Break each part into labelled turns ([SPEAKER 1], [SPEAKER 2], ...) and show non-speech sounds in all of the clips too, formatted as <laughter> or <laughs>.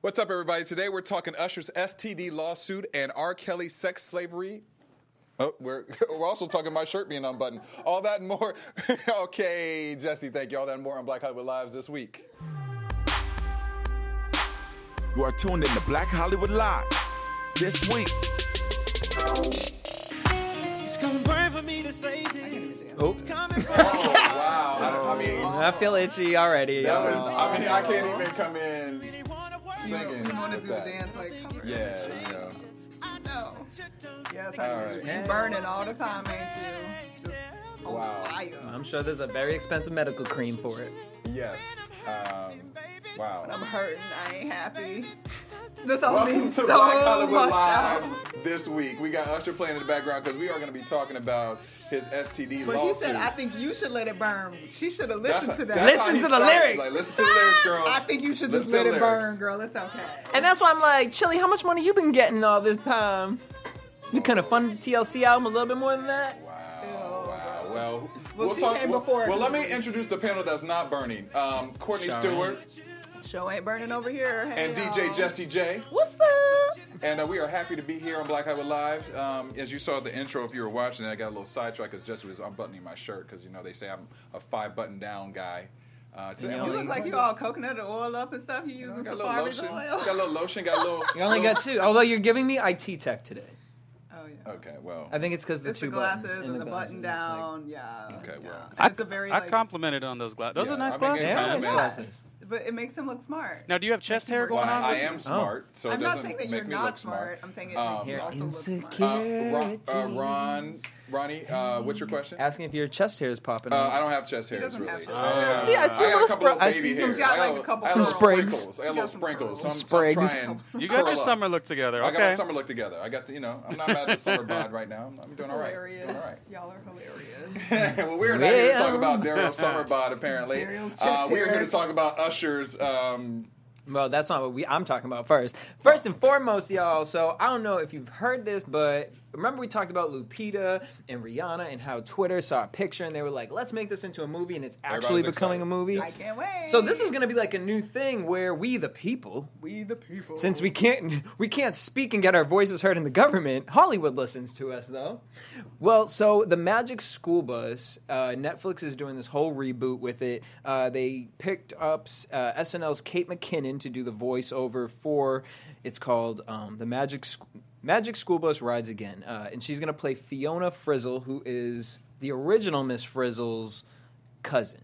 [SPEAKER 1] What's up, everybody? Today we're talking Usher's STD lawsuit and R. Kelly sex slavery. Oh, we're <laughs> we're also talking my shirt being unbuttoned. All that and more. <laughs> okay, Jesse, thank you. All that and more on Black Hollywood Lives this week.
[SPEAKER 2] You are tuned in to Black Hollywood Live this week.
[SPEAKER 3] It's gonna burn for me to say this.
[SPEAKER 4] Oh,
[SPEAKER 3] It's coming from
[SPEAKER 1] Wow, I, I mean,
[SPEAKER 4] I feel itchy already.
[SPEAKER 1] that was. I mean, I can't even come in
[SPEAKER 3] They wanna work.
[SPEAKER 1] singing.
[SPEAKER 5] want to
[SPEAKER 1] with
[SPEAKER 5] do the
[SPEAKER 1] that.
[SPEAKER 5] dance like cover.
[SPEAKER 1] Yeah, yeah.
[SPEAKER 3] I
[SPEAKER 5] No.
[SPEAKER 3] know.
[SPEAKER 5] Yes, I
[SPEAKER 1] All
[SPEAKER 5] just
[SPEAKER 1] right.
[SPEAKER 5] be burning all the time, ain't you? Just on
[SPEAKER 1] Wow.
[SPEAKER 5] fire.
[SPEAKER 4] I'm sure there's a very expensive medical cream for it.
[SPEAKER 1] Yes. Um,
[SPEAKER 5] I'm
[SPEAKER 1] wow.
[SPEAKER 5] hurting. I ain't happy. This all
[SPEAKER 1] Welcome
[SPEAKER 5] means
[SPEAKER 1] to
[SPEAKER 5] so
[SPEAKER 1] Black Hollywood
[SPEAKER 5] much.
[SPEAKER 1] Live this week. We got Usher playing in the background because we are going to be talking about his STD
[SPEAKER 5] But he
[SPEAKER 1] lawsuit.
[SPEAKER 5] said, I think you should let it burn. She should have
[SPEAKER 1] That's
[SPEAKER 5] listened
[SPEAKER 1] how-
[SPEAKER 5] to that.
[SPEAKER 1] that's
[SPEAKER 4] Listen
[SPEAKER 1] how he
[SPEAKER 4] to the
[SPEAKER 1] started.
[SPEAKER 4] lyrics.
[SPEAKER 1] Like, listen to the
[SPEAKER 5] <laughs>
[SPEAKER 1] lyrics, girl.
[SPEAKER 5] I think you should just
[SPEAKER 1] Listen
[SPEAKER 5] let
[SPEAKER 1] to
[SPEAKER 5] it
[SPEAKER 1] the lyrics.
[SPEAKER 5] burn, girl. It's okay.
[SPEAKER 4] And that's why I'm like, Chili, how much money you been getting all this time? You could have funded the TLC album a little bit more than that.
[SPEAKER 1] Wow, wow. Well,
[SPEAKER 5] she came
[SPEAKER 1] well,
[SPEAKER 5] before.
[SPEAKER 1] well, let me introduce the panel that's not burning. Um, Courtney Stewart
[SPEAKER 5] Show ain't burning over here. Hey,
[SPEAKER 1] and DJ
[SPEAKER 5] y'all.
[SPEAKER 1] Jesse J.
[SPEAKER 4] What's up?
[SPEAKER 1] And uh, we are happy to be here on Black Highwood Live. Um, as you saw at the intro, if you were watching, I got a little sidetracked because Jesse was unbuttoning my shirt because you know they say I'm a five button down guy. Uh, today,
[SPEAKER 4] You
[SPEAKER 1] I'm
[SPEAKER 5] You
[SPEAKER 1] like-
[SPEAKER 5] look like you all coconut oil up and stuff. You using
[SPEAKER 1] got a little
[SPEAKER 5] Safari's
[SPEAKER 1] lotion.
[SPEAKER 5] oil.
[SPEAKER 1] Got a little lotion. Got a little.
[SPEAKER 4] <laughs> You only got two. Although you're giving me IT tech today.
[SPEAKER 5] Oh,
[SPEAKER 1] <laughs>
[SPEAKER 5] yeah.
[SPEAKER 1] Okay, well,
[SPEAKER 4] I think it's because the
[SPEAKER 5] It's
[SPEAKER 4] two
[SPEAKER 5] the glasses
[SPEAKER 4] buttons
[SPEAKER 5] and the, button
[SPEAKER 4] glasses. It's like-
[SPEAKER 5] down. yeah.
[SPEAKER 1] Okay,
[SPEAKER 5] yeah.
[SPEAKER 1] well.
[SPEAKER 5] And it's a very
[SPEAKER 6] I
[SPEAKER 5] like,
[SPEAKER 6] complimented on those glasses. Those
[SPEAKER 1] Yeah,
[SPEAKER 6] are nice
[SPEAKER 1] I mean,
[SPEAKER 6] glasses,
[SPEAKER 1] yeah,
[SPEAKER 4] yeah,
[SPEAKER 6] man.
[SPEAKER 4] it's
[SPEAKER 1] man.
[SPEAKER 4] glasses.
[SPEAKER 5] but it makes him look smart.
[SPEAKER 6] Now, do you have chest hair going
[SPEAKER 1] Well,
[SPEAKER 6] on?
[SPEAKER 1] I, I
[SPEAKER 6] with you?
[SPEAKER 1] am smart,
[SPEAKER 4] Oh.
[SPEAKER 1] so it
[SPEAKER 5] I'm
[SPEAKER 1] doesn't
[SPEAKER 5] not saying that
[SPEAKER 1] make
[SPEAKER 5] you're
[SPEAKER 1] me
[SPEAKER 5] not
[SPEAKER 1] look smart.
[SPEAKER 5] smart. I'm saying it
[SPEAKER 1] Um,
[SPEAKER 5] makes you
[SPEAKER 4] Your
[SPEAKER 5] also look
[SPEAKER 4] insecure-
[SPEAKER 5] smart.
[SPEAKER 1] Uh, Ron, uh, Ron, Ronnie, uh, what's your question? Uh,
[SPEAKER 4] Asking if your chest hair is popping. out.
[SPEAKER 1] I don't have chest hairs,
[SPEAKER 5] Mm-hmm. doesn't
[SPEAKER 1] really. Ah.
[SPEAKER 5] have chest
[SPEAKER 1] Uh, I
[SPEAKER 4] See, I see a
[SPEAKER 1] got
[SPEAKER 4] little
[SPEAKER 1] couple
[SPEAKER 4] spr-
[SPEAKER 1] little
[SPEAKER 4] I
[SPEAKER 1] baby
[SPEAKER 4] see some-
[SPEAKER 1] hairs.
[SPEAKER 4] Got
[SPEAKER 1] I got
[SPEAKER 5] like a
[SPEAKER 1] little-
[SPEAKER 5] couple
[SPEAKER 1] I got little
[SPEAKER 4] Some sprigs.
[SPEAKER 1] sprinkles. I got little
[SPEAKER 5] some
[SPEAKER 1] sprinkles. So I'm,
[SPEAKER 4] sprigs.
[SPEAKER 1] so I'm trying.
[SPEAKER 6] You got
[SPEAKER 1] curl
[SPEAKER 6] your
[SPEAKER 1] up.
[SPEAKER 6] summer look together.
[SPEAKER 1] I got my
[SPEAKER 6] Okay.
[SPEAKER 1] summer look together. I got the, you know, I'm not mad at the summer bod right now. I'm, I'm doing all right.
[SPEAKER 5] Hilarious.
[SPEAKER 1] Doing all right.
[SPEAKER 5] Y'all are
[SPEAKER 1] <laughs>
[SPEAKER 5] hilarious.
[SPEAKER 1] well, we're not here to talk
[SPEAKER 4] Well.
[SPEAKER 1] about Daryl's summer bod, apparently.
[SPEAKER 5] Daryl's chest
[SPEAKER 1] Uh, we're here to
[SPEAKER 5] hairs.
[SPEAKER 1] talk about Usher's. Um,
[SPEAKER 4] Well, that's not what we. I'm talking about first. First and foremost, y'all. So I don't know if you've heard this, but remember we talked about Lupita and Rihanna and how Twitter saw a picture and they were like, "Let's make this into a movie," and it's actually
[SPEAKER 1] Everybody's
[SPEAKER 4] becoming
[SPEAKER 1] excited.
[SPEAKER 4] a movie.
[SPEAKER 5] I can't wait.
[SPEAKER 4] So this is going to be like a new thing where we, the people,
[SPEAKER 5] we the people.
[SPEAKER 4] since we can't <laughs> we can't speak and get our voices heard in the government hollywood listens to us though well so the magic school bus uh, netflix is doing this whole reboot with it uh, they picked up uh, snl's kate mckinnon to do the voiceover for it's called um, the magic Sch- magic school bus rides again uh, and she's going to play fiona frizzle who is the original miss frizzle's cousin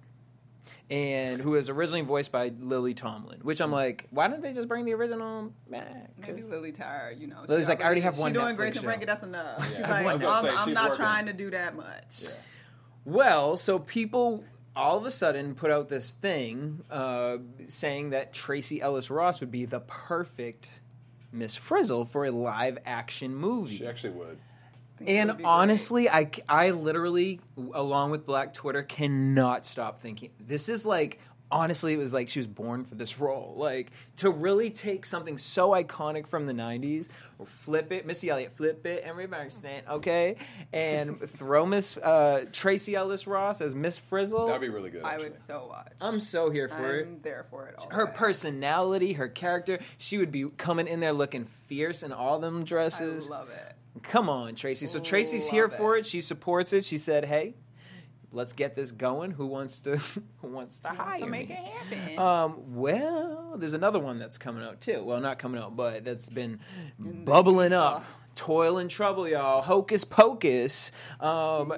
[SPEAKER 4] and who was originally voiced by Lily Tomlin, which I'm like, why didn't they just bring the original back?
[SPEAKER 5] Maybe Lily tired, you know. She
[SPEAKER 4] Lily's like, I already have one
[SPEAKER 5] She doing
[SPEAKER 4] Netflix
[SPEAKER 5] Grace
[SPEAKER 4] show.
[SPEAKER 5] and Frankie, that's enough. She's
[SPEAKER 1] I was
[SPEAKER 5] like,
[SPEAKER 1] gonna
[SPEAKER 5] I'm,
[SPEAKER 1] say,
[SPEAKER 5] I'm
[SPEAKER 1] she's
[SPEAKER 5] not
[SPEAKER 1] working.
[SPEAKER 5] trying to do that much.
[SPEAKER 4] Well, so people all of a sudden put out this thing uh, saying that Tracy Ellis Ross would be the perfect Miss Frizzle for a live action movie.
[SPEAKER 1] she actually would.
[SPEAKER 4] And honestly, I, I literally, along with Black Twitter, cannot stop thinking. This is like, honestly, it was like she was born for this role. Like, to really take something so iconic from the 90s, or flip it, Missy Elliott, flip it, and reverse it, okay? And throw Miss uh, Tracy Ellis Ross as Miss Frizzle.
[SPEAKER 1] That'd be really good.
[SPEAKER 5] I
[SPEAKER 1] Actually.
[SPEAKER 5] would so watch.
[SPEAKER 4] I'm so here for it
[SPEAKER 5] I'm there for it all.
[SPEAKER 4] her
[SPEAKER 5] the way.
[SPEAKER 4] personality, her character. She would be coming in there looking fierce in all them
[SPEAKER 5] I
[SPEAKER 4] dresses.
[SPEAKER 5] love it.
[SPEAKER 4] Come on, Tracy. So Tracy's here
[SPEAKER 5] Oh, Love
[SPEAKER 4] for it. She supports it. She said, "Hey, let's get this going. Who wants to <laughs> who wants to hire
[SPEAKER 5] To make it
[SPEAKER 4] me?"
[SPEAKER 5] happen.
[SPEAKER 4] Um, well, there's another one that's coming out too. Well, not coming out, but that's been bubbling up. Toil and trouble, y'all. Hocus pocus. Um,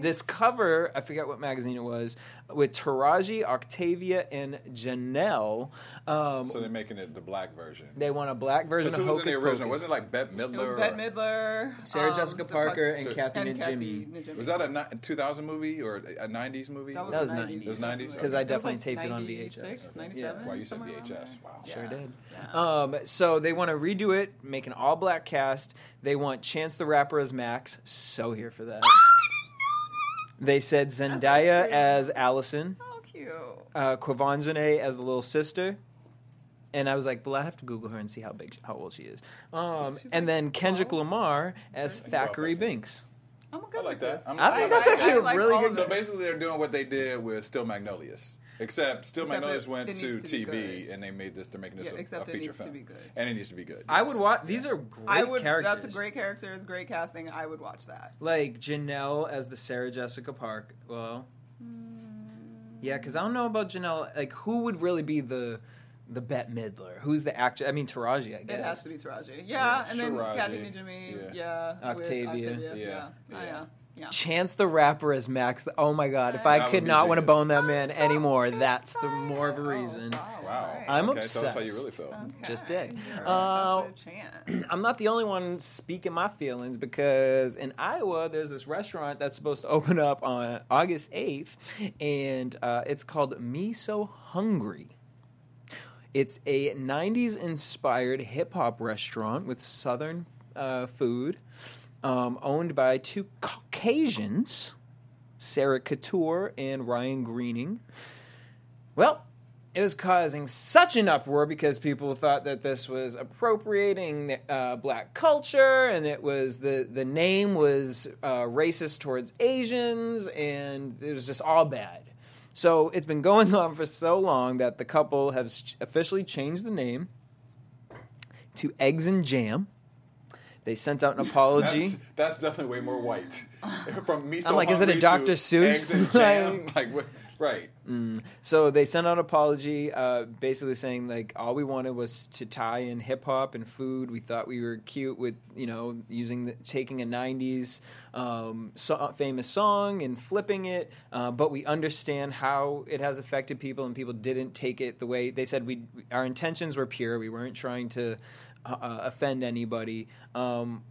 [SPEAKER 4] this cover, I forget what magazine it was, with Taraji, Octavia, and Janelle. Um,
[SPEAKER 1] So they're making it the black version.
[SPEAKER 4] they want a black version
[SPEAKER 1] 'Cause
[SPEAKER 4] of
[SPEAKER 1] who was
[SPEAKER 4] Hocus
[SPEAKER 1] in the original?
[SPEAKER 4] Pocus.
[SPEAKER 1] Wasn't it like Bette Midler?
[SPEAKER 5] it was
[SPEAKER 1] or-
[SPEAKER 5] Bette Midler,
[SPEAKER 4] Sarah
[SPEAKER 5] um,
[SPEAKER 4] Jessica
[SPEAKER 5] Sarah-
[SPEAKER 4] Parker and
[SPEAKER 1] Sarah-
[SPEAKER 4] Kathy
[SPEAKER 5] and
[SPEAKER 4] and
[SPEAKER 5] Kathy
[SPEAKER 4] Jimmy.
[SPEAKER 5] Najimy.
[SPEAKER 1] Was that a ni- 2000 movie or a a 90s movie?
[SPEAKER 4] That was
[SPEAKER 5] the
[SPEAKER 4] 90s.
[SPEAKER 1] It was 90s?
[SPEAKER 4] Because I
[SPEAKER 1] Okay.
[SPEAKER 4] definitely
[SPEAKER 5] like
[SPEAKER 4] taped it on
[SPEAKER 5] 96,
[SPEAKER 4] VHS.
[SPEAKER 5] 97,
[SPEAKER 1] Wow, you said
[SPEAKER 5] somewhere around
[SPEAKER 1] VHS.
[SPEAKER 5] there.
[SPEAKER 1] Wow.
[SPEAKER 4] Sure
[SPEAKER 5] Yeah.
[SPEAKER 4] did. Um, so they want to redo it, make an all black cast. They want Chance the Rapper as Max. So here for
[SPEAKER 5] <laughs>
[SPEAKER 4] that. they said Zendaya as Allison,
[SPEAKER 5] How cute.
[SPEAKER 4] uh, Kwavanzane as the little sister. And I was like, well, I have to Google her and see how big, how old she is. Um,
[SPEAKER 5] She's
[SPEAKER 4] and
[SPEAKER 5] like
[SPEAKER 4] then Kendrick
[SPEAKER 5] 12?
[SPEAKER 4] Lamar as Thackeray
[SPEAKER 1] 13.
[SPEAKER 4] Binks.
[SPEAKER 5] I'm good
[SPEAKER 1] I like
[SPEAKER 5] with
[SPEAKER 1] that.
[SPEAKER 5] this.
[SPEAKER 1] I'm-
[SPEAKER 4] I think
[SPEAKER 1] I
[SPEAKER 4] that's
[SPEAKER 1] like
[SPEAKER 4] actually
[SPEAKER 5] that.
[SPEAKER 4] a really
[SPEAKER 5] I like
[SPEAKER 4] good.
[SPEAKER 1] So basically, they're doing what they did with Still Magnolias. Except Still My
[SPEAKER 5] Except
[SPEAKER 1] Nose
[SPEAKER 5] it-
[SPEAKER 1] went
[SPEAKER 5] it
[SPEAKER 1] to
[SPEAKER 5] needs to be
[SPEAKER 1] TV,
[SPEAKER 5] good.
[SPEAKER 1] and they made this. They're making this
[SPEAKER 5] Yeah,
[SPEAKER 1] a,
[SPEAKER 5] except
[SPEAKER 1] a
[SPEAKER 5] it
[SPEAKER 1] feature
[SPEAKER 5] needs to
[SPEAKER 1] film,
[SPEAKER 5] be good.
[SPEAKER 1] and it needs to be good.
[SPEAKER 4] I would
[SPEAKER 1] yes.
[SPEAKER 4] watch. These are great
[SPEAKER 5] I would.
[SPEAKER 4] characters.
[SPEAKER 5] That's a great character. It's great casting. I would watch that.
[SPEAKER 4] Like Janelle as the Sarah Jessica Park. Well, yeah, because I don't know about Janelle. Like, who would really be the the Bette Midler? Who's the actor? I mean, Taraji. I guess
[SPEAKER 5] It has to be Taraji. Yeah,
[SPEAKER 1] Yeah,
[SPEAKER 5] and then
[SPEAKER 1] Taraji.
[SPEAKER 5] Kathy Najimy. Yeah. with
[SPEAKER 4] Octavia.
[SPEAKER 5] Octavia.
[SPEAKER 1] Yeah,
[SPEAKER 5] Yeah.
[SPEAKER 1] yeah.
[SPEAKER 5] Oh, yeah. Yeah.
[SPEAKER 4] Chance the Rapper as Max. Oh my God! If I
[SPEAKER 1] That would
[SPEAKER 4] could
[SPEAKER 1] be
[SPEAKER 4] not want to
[SPEAKER 1] genius.
[SPEAKER 4] bone that man anymore,
[SPEAKER 5] Excited.
[SPEAKER 4] that's the more of a
[SPEAKER 5] Oh,
[SPEAKER 4] reason.
[SPEAKER 5] wow.
[SPEAKER 1] Wow.
[SPEAKER 5] Right.
[SPEAKER 4] I'm
[SPEAKER 1] okay, So that's how you
[SPEAKER 4] obsessed.
[SPEAKER 5] <laughs>
[SPEAKER 1] really feel.
[SPEAKER 4] Just
[SPEAKER 5] Okay.
[SPEAKER 4] dick.
[SPEAKER 5] You're
[SPEAKER 4] Uh,
[SPEAKER 5] obsessed with Chance.
[SPEAKER 4] I'm not the only one speaking my feelings because in Iowa, there's this restaurant that's supposed to open up on August 8th, and uh, it's called Me So Hungry. It's a 90s inspired hip hop restaurant with southern uh, food um, owned by two Caucasians, Sarah Couture and Ryan Greening. Well, it was causing such an uproar because people thought that this was appropriating uh, black culture and it was the, the name was uh, racist towards Asians and it was just all bad. So it's been going <laughs> on for so long that the couple have s- officially changed the name to Eggs and Jam. They sent out an apology.
[SPEAKER 1] That's, that's definitely way more
[SPEAKER 5] <laughs>
[SPEAKER 1] white. From me, so
[SPEAKER 4] I'm like, is it a
[SPEAKER 1] hungry to
[SPEAKER 4] Dr. Seuss?
[SPEAKER 1] eggs and
[SPEAKER 4] <laughs>
[SPEAKER 1] jam, <laughs> like, what, right?
[SPEAKER 4] So they sent out an apology, uh, basically saying like all we wanted was to tie in hip hop and food. We thought we were cute with you know using the, taking a '90s um, so, famous song and flipping it, uh, but we understand how it has affected people and people didn't take it the way they said we. Our intentions were pure. We weren't trying to uh, uh, offend anybody. Um,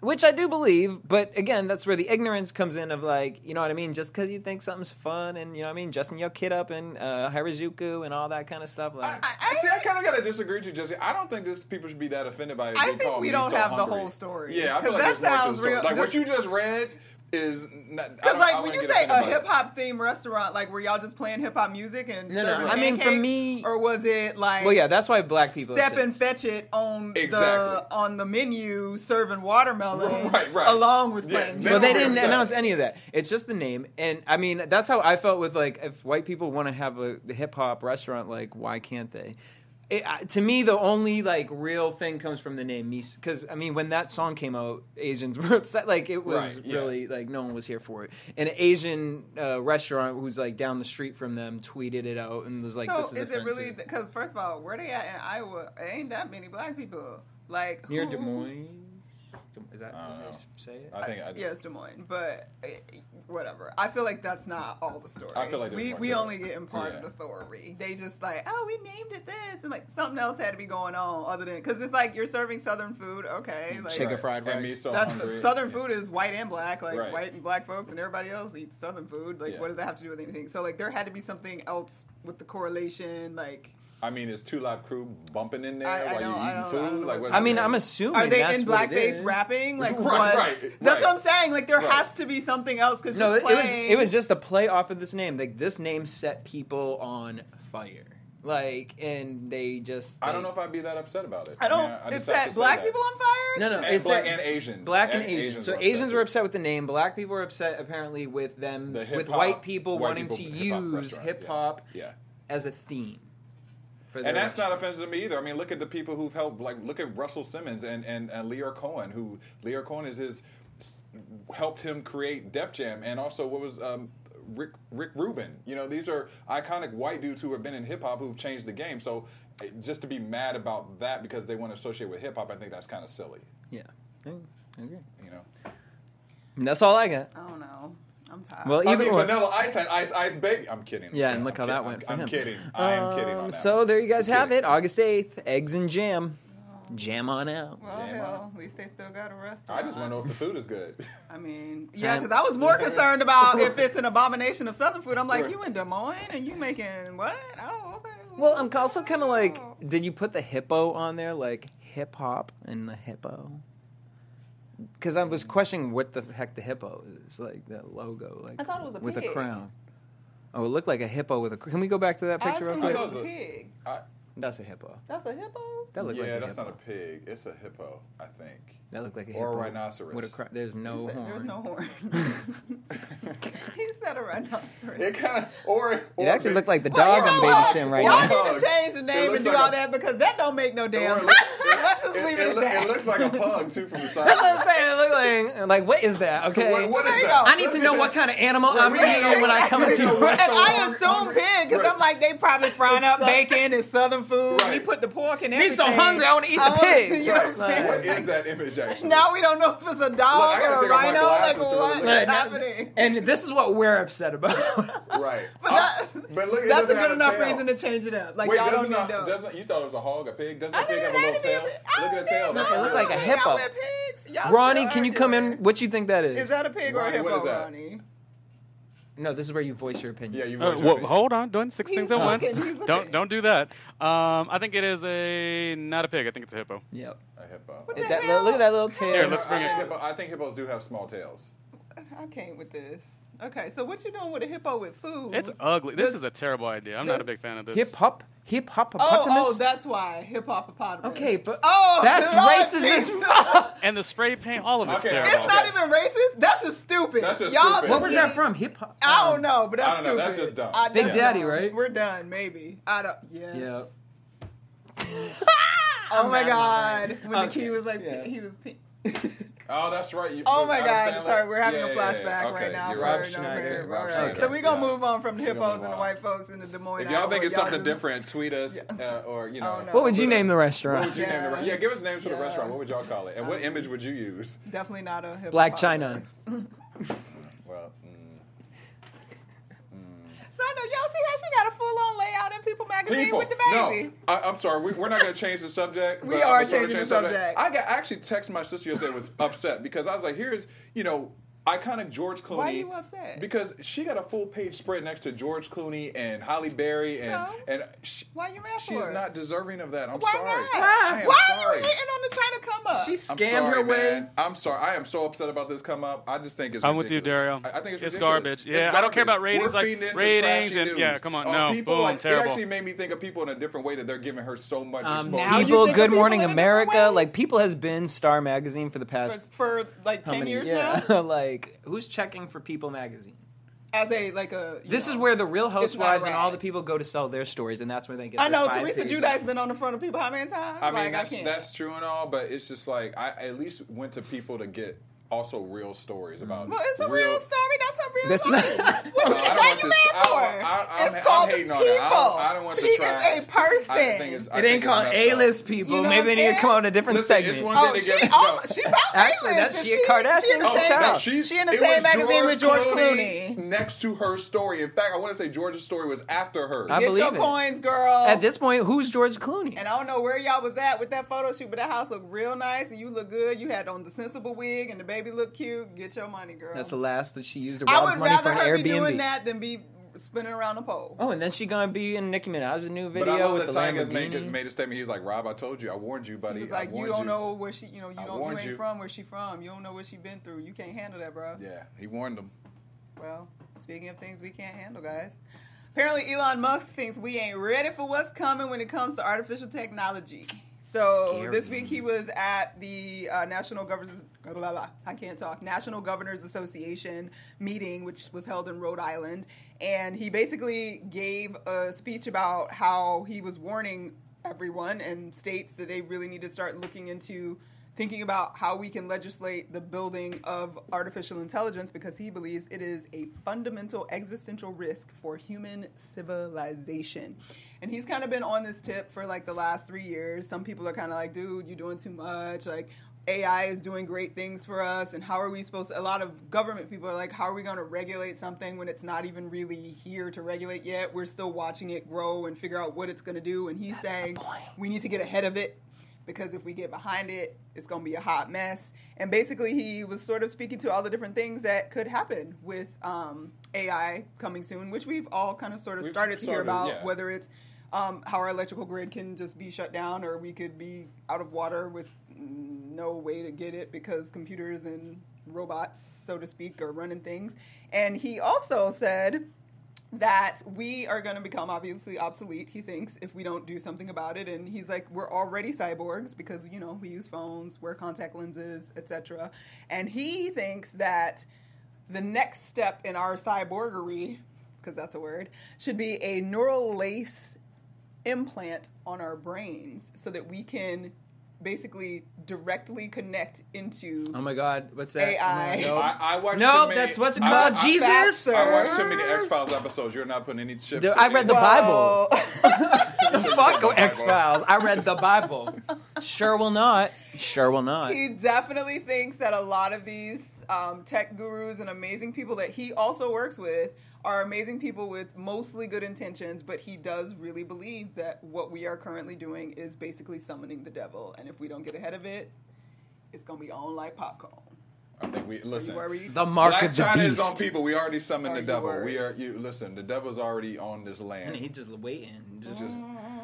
[SPEAKER 4] which I do believe, but again, that's where the ignorance comes in of like, you know what I mean? Just because you think something's fun and, you know what I mean? Dressing your kid up in uh, Harajuku and all that kind of stuff. Like,
[SPEAKER 5] I-
[SPEAKER 1] See, I kind of gotta disagree with you, Jesse. I don't think this people should be that offended by it.
[SPEAKER 5] I
[SPEAKER 1] being
[SPEAKER 5] think
[SPEAKER 1] called
[SPEAKER 5] we
[SPEAKER 1] me
[SPEAKER 5] don't
[SPEAKER 1] so
[SPEAKER 5] have the
[SPEAKER 1] hungry.
[SPEAKER 5] whole story.
[SPEAKER 1] Yeah, I feel
[SPEAKER 5] 'Cause
[SPEAKER 1] like there's more to
[SPEAKER 5] that
[SPEAKER 1] the
[SPEAKER 5] sounds
[SPEAKER 1] story.
[SPEAKER 5] real-
[SPEAKER 1] Like what
[SPEAKER 5] just-
[SPEAKER 1] you just read is not.
[SPEAKER 5] Because like when you say a hip hop themed restaurant, like were y'all just playing hip hop music and
[SPEAKER 4] No, no,
[SPEAKER 5] serving
[SPEAKER 4] I mean, for
[SPEAKER 5] pancakes?
[SPEAKER 4] me-
[SPEAKER 5] or was it like
[SPEAKER 4] well, yeah, that's why black people.
[SPEAKER 5] step
[SPEAKER 4] upset.
[SPEAKER 5] and fetch it on
[SPEAKER 1] Exactly.
[SPEAKER 5] the on the menu serving watermelon
[SPEAKER 1] <laughs> Right, right.
[SPEAKER 5] along with
[SPEAKER 1] Yeah,
[SPEAKER 5] playing.
[SPEAKER 1] they
[SPEAKER 5] music.
[SPEAKER 4] Well, they
[SPEAKER 1] don't
[SPEAKER 4] didn't
[SPEAKER 1] upset.
[SPEAKER 4] announce any of that. It's just the name, and I mean that's how I felt with like if white people want to have a hip hop restaurant, like why can't they? It, I, to me, the only like real thing comes from the name because I mean when that song came out, Asians <laughs> were upset. Like it was
[SPEAKER 1] Right, yeah.
[SPEAKER 4] really like no one was here for it. And an Asian uh, restaurant who's like down the street from them tweeted it out and was like,
[SPEAKER 5] so
[SPEAKER 4] "This is,
[SPEAKER 5] is it really?
[SPEAKER 4] offensive.
[SPEAKER 5] Because first of all, where they at in Iowa? Ain't that many black people? Like
[SPEAKER 4] near
[SPEAKER 5] who-
[SPEAKER 4] Des Moines?" Is that how
[SPEAKER 1] know.
[SPEAKER 5] Uh,
[SPEAKER 4] they s- say it?
[SPEAKER 1] I think I just,
[SPEAKER 5] Yeah, it's Des Moines, but eh, whatever. I feel like that's not all the story.
[SPEAKER 1] I feel like there's
[SPEAKER 5] we
[SPEAKER 1] more
[SPEAKER 5] we
[SPEAKER 1] to it.
[SPEAKER 5] only get in part
[SPEAKER 1] Yeah.
[SPEAKER 5] of the story. They just like, oh, we named it this, and like something else had to be going on other than because it's like you're serving Southern food, okay? Like,
[SPEAKER 4] Chicken fried rice.
[SPEAKER 1] And me so
[SPEAKER 5] That's
[SPEAKER 1] hungry.
[SPEAKER 5] Southern food is white and black, like
[SPEAKER 1] Right.
[SPEAKER 5] white and black folks, and everybody else eats Southern food. Like,
[SPEAKER 1] Yeah.
[SPEAKER 5] what does that have to do with anything? So, like, there had to be something else with the correlation. Like,
[SPEAKER 1] I mean, is Two Live Crew bumping in there
[SPEAKER 5] I- I
[SPEAKER 1] while
[SPEAKER 5] don't-
[SPEAKER 1] you're
[SPEAKER 5] I
[SPEAKER 1] eating
[SPEAKER 5] don't- I don't
[SPEAKER 1] food? Like,
[SPEAKER 5] know what's
[SPEAKER 1] what's
[SPEAKER 4] I mean,
[SPEAKER 1] the-
[SPEAKER 4] I'm assuming
[SPEAKER 5] are they
[SPEAKER 4] that's
[SPEAKER 5] in
[SPEAKER 4] what it is.
[SPEAKER 5] blackface rapping?
[SPEAKER 1] <laughs>
[SPEAKER 5] Like,
[SPEAKER 1] Right,
[SPEAKER 5] was
[SPEAKER 1] right,
[SPEAKER 5] that's
[SPEAKER 1] right.
[SPEAKER 5] what I'm saying? Like, there
[SPEAKER 1] Right.
[SPEAKER 5] has to be something else because
[SPEAKER 4] No,
[SPEAKER 5] just
[SPEAKER 4] it it was
[SPEAKER 5] playing-
[SPEAKER 4] it was just a play off of this name. Like this name set people on fire. Like and they just
[SPEAKER 1] I don't know
[SPEAKER 4] like-
[SPEAKER 1] if I'd be that upset about it.
[SPEAKER 5] I don't.
[SPEAKER 1] mean, I just
[SPEAKER 5] it's
[SPEAKER 1] have to
[SPEAKER 5] that
[SPEAKER 1] say
[SPEAKER 5] black
[SPEAKER 1] that.
[SPEAKER 5] people on fire.
[SPEAKER 4] No, no,
[SPEAKER 1] And
[SPEAKER 4] it's
[SPEAKER 1] black
[SPEAKER 4] that-
[SPEAKER 1] and Asians.
[SPEAKER 4] Black and,
[SPEAKER 1] And Asians
[SPEAKER 4] Asians. So
[SPEAKER 1] were upset
[SPEAKER 4] Asians were
[SPEAKER 1] too.
[SPEAKER 4] upset with the name. Black people were upset apparently with them
[SPEAKER 1] The
[SPEAKER 4] with
[SPEAKER 1] hip-hop,
[SPEAKER 4] white people
[SPEAKER 1] white
[SPEAKER 4] wanting
[SPEAKER 1] people
[SPEAKER 4] to
[SPEAKER 1] hip-hop
[SPEAKER 4] use
[SPEAKER 1] restaurant, yeah.
[SPEAKER 4] hip hop
[SPEAKER 1] Yeah.
[SPEAKER 4] as a theme. For
[SPEAKER 1] And that's not offensive to me either. I mean, look at the people who've helped. Like, look at Russell Simmons and and, and Lear Cohen, who Lear Cohen is his s- helped him create Def Jam, and also what was um, Rick Rick Rubin. You know, these are iconic white dudes who have been in hip hop who've changed the game. So, eh, just to be mad about that because they want to associate with hip hop, I think that's kind of silly.
[SPEAKER 4] yeah. Mm, Okay.
[SPEAKER 1] You know,
[SPEAKER 4] And that's all I got.
[SPEAKER 5] I don't know. I'm tired.
[SPEAKER 4] Well,
[SPEAKER 1] I
[SPEAKER 4] either
[SPEAKER 1] mean,
[SPEAKER 4] one.
[SPEAKER 1] Vanilla Ice had Ice Ice Baby. I'm kidding.
[SPEAKER 4] Yeah, and
[SPEAKER 1] I'm
[SPEAKER 4] look how
[SPEAKER 1] kid-
[SPEAKER 4] that went for
[SPEAKER 1] I'm,
[SPEAKER 4] him.
[SPEAKER 1] I'm kidding. I am kidding. On
[SPEAKER 4] Um,
[SPEAKER 1] that
[SPEAKER 4] so
[SPEAKER 1] one.
[SPEAKER 4] there you guys
[SPEAKER 1] I'm
[SPEAKER 4] have
[SPEAKER 1] kidding.
[SPEAKER 4] it. August eighth, eggs and jam. Jam on out.
[SPEAKER 5] Well,
[SPEAKER 1] Jam on
[SPEAKER 5] Oh, hell, at least they still got a
[SPEAKER 1] I
[SPEAKER 5] restaurant.
[SPEAKER 1] just want to know if the food is good.
[SPEAKER 5] I mean, yeah, because I was more concerned
[SPEAKER 4] <laughs>
[SPEAKER 5] about if it's an abomination of Southern food. I'm like, you in Des Moines and you making what? Oh, okay. Oh,
[SPEAKER 4] Well, I'm also kind of like, did you put the hippo on there, like hip hop and the hippo? Because I was questioning what the heck the hippo is, like that logo, like
[SPEAKER 5] I thought it was a
[SPEAKER 4] with a
[SPEAKER 5] pig.
[SPEAKER 4] crown. Oh, it looked like a hippo with a. cr- Can we go back to that picture real
[SPEAKER 5] Asking
[SPEAKER 1] I
[SPEAKER 4] quick?
[SPEAKER 1] thought it
[SPEAKER 5] was
[SPEAKER 1] was
[SPEAKER 5] a
[SPEAKER 1] a-
[SPEAKER 5] pig.
[SPEAKER 1] I,
[SPEAKER 4] That's a hippo.
[SPEAKER 5] That's a hippo.
[SPEAKER 4] That
[SPEAKER 1] <laughs>
[SPEAKER 4] looked
[SPEAKER 1] Yeah,
[SPEAKER 4] like a
[SPEAKER 1] that's
[SPEAKER 4] hippo.
[SPEAKER 1] not a pig. It's a hippo, I think.
[SPEAKER 4] that looked like a
[SPEAKER 1] or a
[SPEAKER 4] hippo
[SPEAKER 1] rhinoceros.
[SPEAKER 4] With a cro- there's no horn.
[SPEAKER 5] There's no horn. he said a rhinoceros.
[SPEAKER 1] It kind of or, or
[SPEAKER 4] It actually
[SPEAKER 1] a big-
[SPEAKER 4] looked like the
[SPEAKER 5] Well,
[SPEAKER 4] dog
[SPEAKER 5] you
[SPEAKER 4] I'm
[SPEAKER 5] know what?
[SPEAKER 4] babysitting right
[SPEAKER 5] Y'all
[SPEAKER 4] now.
[SPEAKER 5] need to change the
[SPEAKER 1] It
[SPEAKER 5] name
[SPEAKER 1] looks
[SPEAKER 5] and do
[SPEAKER 1] like
[SPEAKER 5] all
[SPEAKER 1] a-
[SPEAKER 5] that because that don't make no
[SPEAKER 1] or
[SPEAKER 5] damn
[SPEAKER 1] it
[SPEAKER 5] sense.
[SPEAKER 1] look-
[SPEAKER 5] Let's just
[SPEAKER 1] it,
[SPEAKER 5] leave
[SPEAKER 1] it
[SPEAKER 5] it at
[SPEAKER 1] look- it
[SPEAKER 5] that.
[SPEAKER 1] looks like a pug too from the
[SPEAKER 4] <laughs> That's what
[SPEAKER 1] side.
[SPEAKER 4] I'm saying. It looked like like what is that? Okay.
[SPEAKER 1] What- what is
[SPEAKER 5] There you
[SPEAKER 1] that?
[SPEAKER 5] go.
[SPEAKER 4] I need to know what kind of animal I'm
[SPEAKER 1] we need to
[SPEAKER 4] eating
[SPEAKER 1] know
[SPEAKER 4] when I
[SPEAKER 1] what-
[SPEAKER 4] come
[SPEAKER 1] we need
[SPEAKER 4] into
[SPEAKER 1] to know
[SPEAKER 4] your
[SPEAKER 1] what
[SPEAKER 5] And
[SPEAKER 1] So
[SPEAKER 5] I
[SPEAKER 1] hungry-
[SPEAKER 4] restaurant.
[SPEAKER 5] assume
[SPEAKER 1] hungry.
[SPEAKER 5] pig because
[SPEAKER 1] Right.
[SPEAKER 5] I'm like they probably frying up
[SPEAKER 4] so-
[SPEAKER 5] bacon and southern food.
[SPEAKER 1] Right.
[SPEAKER 5] He put the pork in
[SPEAKER 4] Me
[SPEAKER 5] everything.
[SPEAKER 4] so hungry, I want to eat the
[SPEAKER 5] I
[SPEAKER 4] pig.
[SPEAKER 5] You know what I'm saying?
[SPEAKER 1] What is that image actually?
[SPEAKER 5] Now we don't know if it's a
[SPEAKER 1] I
[SPEAKER 5] dog
[SPEAKER 1] gotta
[SPEAKER 5] or a
[SPEAKER 1] take off my
[SPEAKER 5] rhino. Like
[SPEAKER 1] glasses to
[SPEAKER 5] what
[SPEAKER 1] really look.
[SPEAKER 5] is
[SPEAKER 4] Right, now- <laughs>
[SPEAKER 5] happening?
[SPEAKER 4] and this is what we're upset
[SPEAKER 5] <laughs>
[SPEAKER 4] about.
[SPEAKER 1] right.
[SPEAKER 4] Oh.
[SPEAKER 1] Uh,
[SPEAKER 5] But, that,
[SPEAKER 1] but look, it
[SPEAKER 5] that's a
[SPEAKER 1] doesn't have
[SPEAKER 5] good enough
[SPEAKER 1] tail.
[SPEAKER 5] reason to change it up. Like
[SPEAKER 1] Wait,
[SPEAKER 5] y'all
[SPEAKER 1] doesn't,
[SPEAKER 5] don't need
[SPEAKER 1] a,
[SPEAKER 5] to.
[SPEAKER 1] doesn't you thought it was a hog, a pig? Doesn't
[SPEAKER 5] I
[SPEAKER 1] a pig have
[SPEAKER 5] never
[SPEAKER 1] a little
[SPEAKER 5] had any
[SPEAKER 1] tail?
[SPEAKER 5] of it. I
[SPEAKER 1] Look at the tail.
[SPEAKER 5] didn't
[SPEAKER 1] That's
[SPEAKER 4] It
[SPEAKER 5] know.
[SPEAKER 4] looked like a
[SPEAKER 5] Y'all
[SPEAKER 4] hippo.
[SPEAKER 5] wear pigs? Y'all
[SPEAKER 4] Ronnie,
[SPEAKER 5] still
[SPEAKER 4] can you
[SPEAKER 5] arguing.
[SPEAKER 4] come in? What you think that is?
[SPEAKER 5] Is that a pig or a
[SPEAKER 1] Ronnie, what
[SPEAKER 5] hippo,
[SPEAKER 1] is that?
[SPEAKER 5] Ronnie?
[SPEAKER 4] no, this is where you voice your opinion.
[SPEAKER 1] Yeah, you.
[SPEAKER 6] Uh,
[SPEAKER 1] voiced your
[SPEAKER 6] whoa,
[SPEAKER 1] opinion.
[SPEAKER 6] hold on, doing six things at
[SPEAKER 5] He's
[SPEAKER 6] once.
[SPEAKER 5] looking, he's
[SPEAKER 1] <laughs>
[SPEAKER 5] looking.
[SPEAKER 6] Don't don't do that. Um, I think it is a not a pig. I think it's a hippo.
[SPEAKER 4] Yep.
[SPEAKER 1] A hippo.
[SPEAKER 5] the
[SPEAKER 4] That-
[SPEAKER 5] hell?
[SPEAKER 4] look at that little tail.
[SPEAKER 6] Here, let's bring
[SPEAKER 1] I think
[SPEAKER 6] it.
[SPEAKER 1] hippo- I think hippos do have small tails.
[SPEAKER 5] I came with this. Okay, so what you doing with a hippo with food? Oh,
[SPEAKER 6] It's ugly. This
[SPEAKER 5] Does-
[SPEAKER 6] is a terrible idea. I'm not a big fan of this.
[SPEAKER 4] Hip hop, hip hop,
[SPEAKER 5] Oh,
[SPEAKER 4] hippopotamus.
[SPEAKER 5] oh, that's why hip hop hippopotamus.
[SPEAKER 4] okay, but
[SPEAKER 5] oh,
[SPEAKER 4] that's
[SPEAKER 5] Lord
[SPEAKER 4] racist as
[SPEAKER 5] Jesus.
[SPEAKER 4] fuck.
[SPEAKER 6] and the spray paint, all of it's
[SPEAKER 1] Okay.
[SPEAKER 6] terrible.
[SPEAKER 5] <laughs> It's not even racist. That's just stupid.
[SPEAKER 1] That's just
[SPEAKER 5] y'all
[SPEAKER 1] stupid.
[SPEAKER 4] What was that from? Hip hop. Um,
[SPEAKER 5] I don't know, but that's
[SPEAKER 1] Um, I don't know.
[SPEAKER 5] stupid.
[SPEAKER 1] That's just dumb.
[SPEAKER 5] I
[SPEAKER 1] Big
[SPEAKER 5] don't
[SPEAKER 4] Daddy,
[SPEAKER 5] know.
[SPEAKER 4] right?
[SPEAKER 5] We're done. Maybe I don't. Yes.
[SPEAKER 4] Yeah.
[SPEAKER 5] Oh my God! When the
[SPEAKER 4] Okay.
[SPEAKER 5] kid was like,
[SPEAKER 4] Yeah.
[SPEAKER 5] he was.
[SPEAKER 1] <laughs>
[SPEAKER 5] Pe-
[SPEAKER 1] Oh, that's right. You,
[SPEAKER 5] Oh my
[SPEAKER 1] Adam
[SPEAKER 5] God!
[SPEAKER 1] Sandler-
[SPEAKER 5] Sorry, we're having
[SPEAKER 1] Yeah, yeah,
[SPEAKER 5] a
[SPEAKER 1] yeah.
[SPEAKER 5] flashback
[SPEAKER 1] Okay,
[SPEAKER 5] right now.
[SPEAKER 1] you're
[SPEAKER 5] for
[SPEAKER 1] right.
[SPEAKER 4] Rob
[SPEAKER 5] no,
[SPEAKER 4] Schneider,
[SPEAKER 5] very-
[SPEAKER 4] Rob
[SPEAKER 5] all
[SPEAKER 1] Schneider,
[SPEAKER 5] So we're gonna
[SPEAKER 1] yeah.
[SPEAKER 5] move on from the
[SPEAKER 1] We're gonna
[SPEAKER 5] hippos
[SPEAKER 1] move
[SPEAKER 5] and the
[SPEAKER 1] on.
[SPEAKER 5] white folks and the Des Moines.
[SPEAKER 1] If y'all think
[SPEAKER 5] Iowa,
[SPEAKER 1] it's something
[SPEAKER 5] just-
[SPEAKER 1] different, tweet us uh, or you know.
[SPEAKER 5] Oh, no.
[SPEAKER 4] What would you name the
[SPEAKER 1] What
[SPEAKER 4] restaurant?
[SPEAKER 1] would you name the
[SPEAKER 5] Yeah.
[SPEAKER 1] restaurant? Yeah, give us names for the
[SPEAKER 5] Yeah. Um,
[SPEAKER 1] restaurant. What would y'all call it? And what image would you use?
[SPEAKER 5] Definitely not a hippo.
[SPEAKER 4] Black China.
[SPEAKER 1] Well, mm,
[SPEAKER 5] So I know y'all see how she got a full on layout in People magazine
[SPEAKER 1] people.
[SPEAKER 5] with the baby.
[SPEAKER 1] No, I, I'm sorry. We, we're not going to change the subject.
[SPEAKER 5] <laughs> We
[SPEAKER 1] but I'm
[SPEAKER 5] are
[SPEAKER 1] just gonna
[SPEAKER 5] changing
[SPEAKER 1] change
[SPEAKER 5] the subject.
[SPEAKER 1] I got I actually texted my sister yesterday. Was upset because I was like, "Here's you know." Iconic George Clooney.
[SPEAKER 5] Why you upset?
[SPEAKER 1] Because she got a full page spread next to George Clooney and Holly Berry, and
[SPEAKER 5] So?
[SPEAKER 1] and she,
[SPEAKER 5] Why you mad
[SPEAKER 1] She
[SPEAKER 5] for
[SPEAKER 1] is
[SPEAKER 5] it?
[SPEAKER 1] not deserving of that. I'm
[SPEAKER 5] Why
[SPEAKER 1] sorry.
[SPEAKER 5] not?
[SPEAKER 1] I am
[SPEAKER 5] Why are
[SPEAKER 1] sorry.
[SPEAKER 5] you hitting on the China come up?
[SPEAKER 4] She
[SPEAKER 1] I'm
[SPEAKER 4] scammed
[SPEAKER 1] sorry,
[SPEAKER 4] her way.
[SPEAKER 1] man. I'm sorry. I am so upset about this come up. I just think it's.
[SPEAKER 6] I'm with you,
[SPEAKER 1] ridiculous.
[SPEAKER 6] Dario.
[SPEAKER 1] I, I think it's,
[SPEAKER 6] It's
[SPEAKER 1] ridiculous.
[SPEAKER 6] garbage. Yeah, I don't care about ratings,
[SPEAKER 1] We're
[SPEAKER 6] like,
[SPEAKER 1] feeding into
[SPEAKER 6] ratings
[SPEAKER 1] trashy
[SPEAKER 6] and-
[SPEAKER 1] news.
[SPEAKER 6] yeah, come on,
[SPEAKER 1] Oh,
[SPEAKER 6] no,
[SPEAKER 1] people,
[SPEAKER 6] boom,
[SPEAKER 1] like, It
[SPEAKER 6] terrible.
[SPEAKER 1] actually made me think of people in a different way that they're giving her so much
[SPEAKER 4] Um,
[SPEAKER 1] exposure.
[SPEAKER 5] Now you
[SPEAKER 4] people,
[SPEAKER 5] think
[SPEAKER 4] Good
[SPEAKER 5] of people
[SPEAKER 4] Morning
[SPEAKER 5] in a different
[SPEAKER 4] America.
[SPEAKER 5] way?
[SPEAKER 4] Like people has been Star Magazine for the past
[SPEAKER 5] for, for like
[SPEAKER 4] how
[SPEAKER 5] ten
[SPEAKER 4] many
[SPEAKER 5] years
[SPEAKER 4] yeah, <laughs>
[SPEAKER 5] now,
[SPEAKER 4] like who's checking for People Magazine?
[SPEAKER 5] as a like a. you
[SPEAKER 4] This
[SPEAKER 5] know.
[SPEAKER 4] is where the Real
[SPEAKER 5] It's not
[SPEAKER 4] Housewives and
[SPEAKER 5] right.
[SPEAKER 4] all the people go to sell their stories, and that's where they get.
[SPEAKER 5] I
[SPEAKER 4] their
[SPEAKER 5] know
[SPEAKER 4] five
[SPEAKER 5] Teresa
[SPEAKER 4] pages.
[SPEAKER 5] Judice been on the front of people how many times?
[SPEAKER 1] I mean,
[SPEAKER 5] like,
[SPEAKER 1] that's,
[SPEAKER 5] I can't.
[SPEAKER 1] that's true and all, but it's just like I at least went to people to get also real stories
[SPEAKER 6] Mm.
[SPEAKER 1] about.
[SPEAKER 5] well, it's a real, story. That's a
[SPEAKER 4] <laughs>
[SPEAKER 5] real
[SPEAKER 4] This is-
[SPEAKER 5] story.
[SPEAKER 1] <laughs>
[SPEAKER 5] what you,
[SPEAKER 1] I don't
[SPEAKER 5] why
[SPEAKER 1] want
[SPEAKER 5] you
[SPEAKER 1] this-
[SPEAKER 5] mad
[SPEAKER 1] I
[SPEAKER 5] for?
[SPEAKER 1] don't- I- I'm-
[SPEAKER 5] it's
[SPEAKER 1] I'm
[SPEAKER 5] called
[SPEAKER 1] hating
[SPEAKER 5] the
[SPEAKER 1] on
[SPEAKER 5] people.
[SPEAKER 1] it. I don't- I don't want the
[SPEAKER 5] she is
[SPEAKER 1] trash.
[SPEAKER 5] a person.
[SPEAKER 1] I think it's- I
[SPEAKER 4] It
[SPEAKER 1] think
[SPEAKER 4] ain't
[SPEAKER 1] it's
[SPEAKER 4] called
[SPEAKER 1] messed up.
[SPEAKER 4] A-list people.
[SPEAKER 5] You know
[SPEAKER 4] Maybe
[SPEAKER 5] what
[SPEAKER 4] they
[SPEAKER 5] I'm
[SPEAKER 4] need to
[SPEAKER 5] saying?
[SPEAKER 4] come on a different
[SPEAKER 1] Listen, it's
[SPEAKER 4] segment.
[SPEAKER 1] one
[SPEAKER 5] Oh,
[SPEAKER 1] Then
[SPEAKER 5] she,
[SPEAKER 1] again-
[SPEAKER 5] all,
[SPEAKER 1] no.
[SPEAKER 5] she about
[SPEAKER 4] Actually,
[SPEAKER 5] A-list.
[SPEAKER 4] that's
[SPEAKER 5] If
[SPEAKER 4] Shea Kardashian
[SPEAKER 5] She in the
[SPEAKER 4] Oh,
[SPEAKER 5] same,
[SPEAKER 4] no,
[SPEAKER 1] she's-
[SPEAKER 5] she in the
[SPEAKER 1] it
[SPEAKER 5] same
[SPEAKER 1] was
[SPEAKER 5] magazine with George Clooney.
[SPEAKER 1] Next to her story. In fact, I want to say George's story was after her.
[SPEAKER 4] I
[SPEAKER 5] Get your
[SPEAKER 4] believe it.
[SPEAKER 5] coins, girl.
[SPEAKER 4] At this point, who's George Clooney?
[SPEAKER 5] and I don't know where y'all was at with that photo shoot, but that house looked real nice, and you look good. You had on the sensible wig, and the baby looked cute. Get your money, girl.
[SPEAKER 4] That's the last that she used to
[SPEAKER 5] I
[SPEAKER 4] rob
[SPEAKER 5] would
[SPEAKER 4] money for
[SPEAKER 5] rather
[SPEAKER 4] an
[SPEAKER 5] her be doing
[SPEAKER 4] Airbnb.
[SPEAKER 5] that than be spinning around a pole.
[SPEAKER 4] Oh, and then she gonna be in Nicki Minaj's new
[SPEAKER 1] But I
[SPEAKER 4] video
[SPEAKER 1] love
[SPEAKER 4] with
[SPEAKER 1] that
[SPEAKER 4] the
[SPEAKER 1] Tiger made,
[SPEAKER 4] Lamborghini.
[SPEAKER 1] made a statement. He was like, Rob, I told you. I warned you, buddy.
[SPEAKER 5] He was
[SPEAKER 1] I
[SPEAKER 5] like, you
[SPEAKER 1] warned
[SPEAKER 5] don't know where she, you know, you
[SPEAKER 1] I
[SPEAKER 5] don't, you
[SPEAKER 1] warned
[SPEAKER 5] ain't
[SPEAKER 1] you.
[SPEAKER 5] from where she from. You don't know where she been through. You can't handle that, bro.
[SPEAKER 1] Yeah, he warned him.
[SPEAKER 5] Well, speaking of things we can't handle, guys. Apparently, Elon Musk thinks we ain't ready for what's coming when it comes to artificial technology. So
[SPEAKER 4] Scary.
[SPEAKER 5] this week he was at the uh, National Governors blah, blah, blah. I can't talk National Governors Association meeting, which was held in Rhode Island, and he basically gave a speech about how he was warning everyone and states that they really need to start looking into thinking about how we can legislate the building of artificial intelligence because he believes it is a fundamental existential risk for human civilization. And he's kind of been on this tip for like the last three years. Some people are kind of like, dude, you're doing too much. Like, AI is doing great things for us, and how are we supposed to? A lot of government people are like, how are we going to regulate something when it's not even really here to regulate yet? We're still watching it grow and figure out what it's going to do. And he's saying we need to get ahead of it because if we get behind it, it's going to be a hot mess. And basically, he was sort of speaking to all the different things that could happen with um, AI coming soon, which we've all kind of sort of
[SPEAKER 1] We've
[SPEAKER 5] started to hear
[SPEAKER 1] started,
[SPEAKER 5] about,
[SPEAKER 1] yeah.
[SPEAKER 5] whether it's um, how our electrical grid can just be shut down or we could be out of water with no way to get it because computers and robots, so to speak, are running things. And he also said, that we are going to become obviously obsolete, he thinks, if we don't do something about it. And he's like, we're already cyborgs because, you know, we use phones, wear contact lenses, etc. And he thinks that the next step in our cyborgery, because that's a word, should be a neural lace implant on our brains so that we can basically directly connect into
[SPEAKER 4] Oh my God, what's that?
[SPEAKER 5] AI.
[SPEAKER 4] <laughs> No,
[SPEAKER 1] I, I watched.
[SPEAKER 4] Nope,
[SPEAKER 1] too many-
[SPEAKER 4] that's what's it
[SPEAKER 1] I-
[SPEAKER 4] called.
[SPEAKER 1] I-
[SPEAKER 4] Jesus.
[SPEAKER 1] I
[SPEAKER 5] faster.
[SPEAKER 1] watched too many X Files episodes. You're not putting any chips.
[SPEAKER 4] Dude,
[SPEAKER 1] in
[SPEAKER 4] I read the
[SPEAKER 1] any-
[SPEAKER 4] Bible.
[SPEAKER 5] Well,
[SPEAKER 4] the fuck X Files. I read the
[SPEAKER 5] <laughs>
[SPEAKER 4] Bible. Sure will not. Sure will not.
[SPEAKER 5] he definitely thinks that a lot of these um, tech gurus and amazing people that he also works with are amazing people with mostly good intentions, but he does really believe that what we are currently doing is basically summoning the devil, and if we don't get ahead of it, it's gonna be on like popcorn.
[SPEAKER 1] I think we listen.
[SPEAKER 5] Where we
[SPEAKER 4] The mark
[SPEAKER 1] Black
[SPEAKER 4] of the
[SPEAKER 1] China
[SPEAKER 4] beast.
[SPEAKER 1] is on people. We already summoned the
[SPEAKER 5] Are you
[SPEAKER 1] devil.
[SPEAKER 5] worried?
[SPEAKER 1] We are. You listen. The devil's already on this land.
[SPEAKER 4] He just waiting. Just,
[SPEAKER 1] just,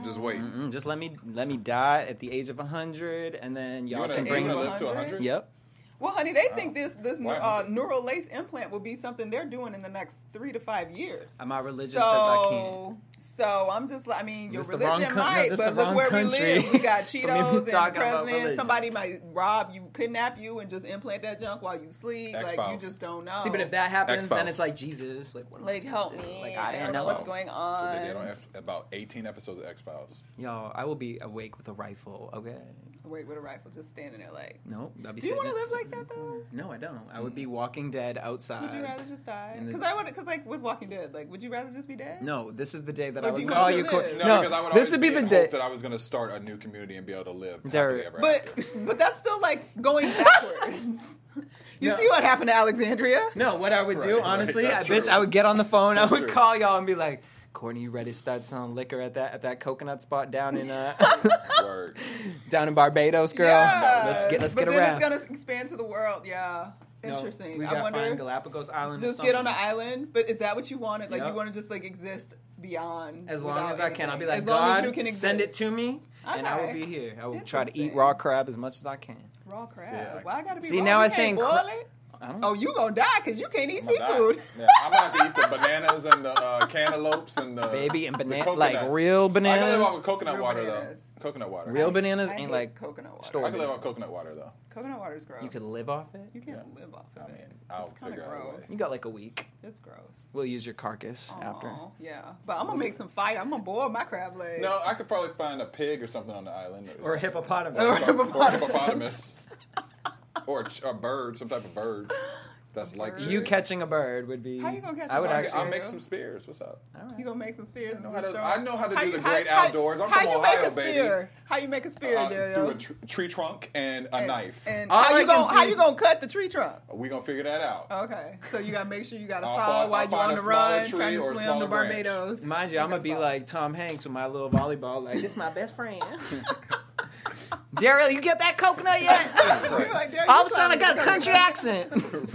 [SPEAKER 1] just wait.
[SPEAKER 4] mm, just let me let me die at the age of hundred, and then
[SPEAKER 1] You
[SPEAKER 4] y'all
[SPEAKER 1] wanna,
[SPEAKER 4] can
[SPEAKER 1] you
[SPEAKER 4] bring.
[SPEAKER 1] wanna
[SPEAKER 5] me-
[SPEAKER 1] live to 100?
[SPEAKER 4] Yep.
[SPEAKER 5] well, honey, they think this this
[SPEAKER 1] Why
[SPEAKER 5] uh,
[SPEAKER 1] hundred?
[SPEAKER 5] neural lace implant will be something they're doing in the next three to five years.
[SPEAKER 4] And My religion says I can't.
[SPEAKER 5] So I'm just like, I mean, your
[SPEAKER 4] This the wrong
[SPEAKER 5] religion
[SPEAKER 4] coun- no,
[SPEAKER 5] might,
[SPEAKER 4] this the
[SPEAKER 5] but
[SPEAKER 4] wrong
[SPEAKER 5] look where
[SPEAKER 4] country.
[SPEAKER 5] we live. We
[SPEAKER 4] <laughs>
[SPEAKER 5] got
[SPEAKER 4] For me to be
[SPEAKER 5] Cheetos and the
[SPEAKER 4] talking about religion.
[SPEAKER 5] president. Somebody might rob you, kidnap you, and just implant that junk while you sleep. Like you
[SPEAKER 1] X-Files.
[SPEAKER 5] just don't know.
[SPEAKER 4] See, but if that happens, then
[SPEAKER 1] X-Files.
[SPEAKER 4] it's like Jesus. Like, what am I
[SPEAKER 5] Oh. like
[SPEAKER 4] supposed
[SPEAKER 5] help
[SPEAKER 4] to do?
[SPEAKER 5] me,
[SPEAKER 4] Like, I
[SPEAKER 5] don't
[SPEAKER 4] didn't
[SPEAKER 5] know
[SPEAKER 4] know
[SPEAKER 5] what's going
[SPEAKER 1] So they
[SPEAKER 5] on.
[SPEAKER 1] did on F- about 18 episodes of X Files.
[SPEAKER 4] Y'all, I will be awake with a rifle. Okay.
[SPEAKER 5] Wait, with a rifle, just standing there, like,
[SPEAKER 4] No, I'll be.
[SPEAKER 5] do you want to
[SPEAKER 4] sitting-
[SPEAKER 5] live like that though?
[SPEAKER 4] No, I don't. I would be Walking Dead outside.
[SPEAKER 5] Would you rather just die?
[SPEAKER 4] in the-
[SPEAKER 5] Because I would, because like with Walking Dead, like, would you rather just be dead?
[SPEAKER 4] No, this is the day that
[SPEAKER 5] Or
[SPEAKER 4] I
[SPEAKER 5] do
[SPEAKER 4] would
[SPEAKER 5] you
[SPEAKER 4] call
[SPEAKER 5] want to
[SPEAKER 4] you.
[SPEAKER 5] live?
[SPEAKER 4] Cor-
[SPEAKER 5] No,
[SPEAKER 4] no,
[SPEAKER 1] because I would
[SPEAKER 4] this
[SPEAKER 1] always
[SPEAKER 4] would be
[SPEAKER 1] in
[SPEAKER 4] the
[SPEAKER 1] hope
[SPEAKER 4] day.
[SPEAKER 1] that I was going to start a new community and be able to live. happily
[SPEAKER 4] Derek.
[SPEAKER 1] ever
[SPEAKER 5] But
[SPEAKER 1] after.
[SPEAKER 5] but that's still like going backwards. <laughs> you
[SPEAKER 4] No.
[SPEAKER 5] see what happened to Alexandria?
[SPEAKER 4] No, what I would
[SPEAKER 1] Right,
[SPEAKER 4] do,
[SPEAKER 1] right,
[SPEAKER 4] honestly, I,
[SPEAKER 1] that's
[SPEAKER 4] bitch,
[SPEAKER 1] true.
[SPEAKER 4] I would get on the phone, I
[SPEAKER 1] That's
[SPEAKER 4] would
[SPEAKER 1] true.
[SPEAKER 4] call y'all and be like, Courtney, you ready to start selling liquor at that at that coconut spot down in uh <laughs>
[SPEAKER 1] Word.
[SPEAKER 4] down in Barbados, girl?
[SPEAKER 5] Yeah.
[SPEAKER 4] Let's get let's
[SPEAKER 5] but
[SPEAKER 4] get
[SPEAKER 5] then
[SPEAKER 4] around.
[SPEAKER 5] it's gonna expand to the world. Yeah, interesting.
[SPEAKER 4] we gotta
[SPEAKER 5] I
[SPEAKER 4] find
[SPEAKER 5] wonder.
[SPEAKER 4] Galapagos Island. or
[SPEAKER 5] Just get on an
[SPEAKER 4] something.
[SPEAKER 5] island. But is that what you wanted? Like
[SPEAKER 4] Yep.
[SPEAKER 5] you want to just like exist beyond?
[SPEAKER 4] As long
[SPEAKER 5] without
[SPEAKER 4] as I can, I'll be
[SPEAKER 5] anything.
[SPEAKER 4] like,
[SPEAKER 5] as long as
[SPEAKER 4] God,
[SPEAKER 5] you can
[SPEAKER 4] send it
[SPEAKER 5] exist."
[SPEAKER 4] to me, and I will
[SPEAKER 5] Okay.
[SPEAKER 4] be here. I will try to eat
[SPEAKER 5] Interesting.
[SPEAKER 4] raw crab as much as I can.
[SPEAKER 5] raw crab.
[SPEAKER 1] I-
[SPEAKER 5] Why I gotta be?
[SPEAKER 4] See,
[SPEAKER 5] raw?
[SPEAKER 4] now
[SPEAKER 5] You
[SPEAKER 4] it's saying
[SPEAKER 5] can't
[SPEAKER 4] cra-
[SPEAKER 5] boil it.
[SPEAKER 4] I don't
[SPEAKER 5] Oh, you gonna die because you can't eat
[SPEAKER 1] I'm gonna
[SPEAKER 5] seafood.
[SPEAKER 1] die. Yeah, I'm going to have to eat the bananas and the uh, cantaloupes and the
[SPEAKER 4] Baby, and
[SPEAKER 1] the
[SPEAKER 4] bana-
[SPEAKER 1] coconuts. I
[SPEAKER 4] like real
[SPEAKER 1] can live
[SPEAKER 4] bananas.
[SPEAKER 1] off of coconut
[SPEAKER 5] Real
[SPEAKER 1] water
[SPEAKER 5] bananas.
[SPEAKER 1] though. Coconut water.
[SPEAKER 4] Real bananas
[SPEAKER 5] I
[SPEAKER 4] ain't
[SPEAKER 5] hate
[SPEAKER 4] like
[SPEAKER 5] coconut water.
[SPEAKER 1] I
[SPEAKER 4] store
[SPEAKER 1] can live off coconut water though.
[SPEAKER 5] Coconut water is gross.
[SPEAKER 4] you could live off it. You,
[SPEAKER 5] You can't live off of
[SPEAKER 1] I mean,
[SPEAKER 5] it.
[SPEAKER 1] I'll
[SPEAKER 5] it's kind of
[SPEAKER 1] figure out a
[SPEAKER 5] gross.
[SPEAKER 1] way.
[SPEAKER 4] got like a week.
[SPEAKER 5] It's gross.
[SPEAKER 4] We'll use your carcass after.
[SPEAKER 5] Aw, yeah, but I'm gonna make some fire. I'm gonna boil my crab legs.
[SPEAKER 1] No, I could probably find a pig or something on the island.
[SPEAKER 4] Or a
[SPEAKER 1] something.
[SPEAKER 4] hippopotamus.
[SPEAKER 1] <laughs> or a hippopotamus. or a, ch- a bird, some type of bird. That's like
[SPEAKER 5] bird?
[SPEAKER 4] You catching a bird would be.
[SPEAKER 5] How you gonna catch
[SPEAKER 4] I
[SPEAKER 5] a
[SPEAKER 4] would
[SPEAKER 5] bird?
[SPEAKER 4] actually.
[SPEAKER 1] I'll make some spears. What's up?
[SPEAKER 5] You gonna make some spears? and
[SPEAKER 1] know
[SPEAKER 5] just
[SPEAKER 1] how to-
[SPEAKER 5] throw
[SPEAKER 1] I
[SPEAKER 5] it?
[SPEAKER 1] know how to do
[SPEAKER 5] you-
[SPEAKER 1] the great outdoors. I'm
[SPEAKER 5] how
[SPEAKER 1] from
[SPEAKER 5] you
[SPEAKER 1] Ohio,
[SPEAKER 5] make a
[SPEAKER 1] baby.
[SPEAKER 5] spear? How you make a spear,
[SPEAKER 1] Uh,
[SPEAKER 5] Dario?
[SPEAKER 1] through a tr- tree trunk and a knife.
[SPEAKER 5] And
[SPEAKER 4] All
[SPEAKER 5] how
[SPEAKER 4] I
[SPEAKER 5] you
[SPEAKER 4] can
[SPEAKER 5] gonna how
[SPEAKER 4] see-
[SPEAKER 5] you gonna cut the tree trunk?
[SPEAKER 1] we gonna figure that out.
[SPEAKER 5] Okay, so you gotta make sure you got a
[SPEAKER 1] I'll
[SPEAKER 5] saw
[SPEAKER 1] find-
[SPEAKER 5] while
[SPEAKER 1] I'll
[SPEAKER 5] you're
[SPEAKER 1] find
[SPEAKER 5] on
[SPEAKER 1] a
[SPEAKER 5] the run
[SPEAKER 1] smaller tree or
[SPEAKER 5] trying to
[SPEAKER 1] a
[SPEAKER 5] swim to
[SPEAKER 1] smaller branch.
[SPEAKER 5] Barbados.
[SPEAKER 4] Mind you, I'm gonna be
[SPEAKER 5] Pick a saw.
[SPEAKER 4] like Tom Hanks with my little volleyball. Like this, my best
[SPEAKER 5] <laughs>
[SPEAKER 4] friend. <laughs> Daryl, you get that coconut
[SPEAKER 5] <laughs>
[SPEAKER 4] yet?
[SPEAKER 5] You're like, Dario,
[SPEAKER 4] All of
[SPEAKER 5] you
[SPEAKER 4] a sudden, I
[SPEAKER 5] probably
[SPEAKER 4] got a
[SPEAKER 5] cut
[SPEAKER 4] country
[SPEAKER 5] it.
[SPEAKER 4] accent.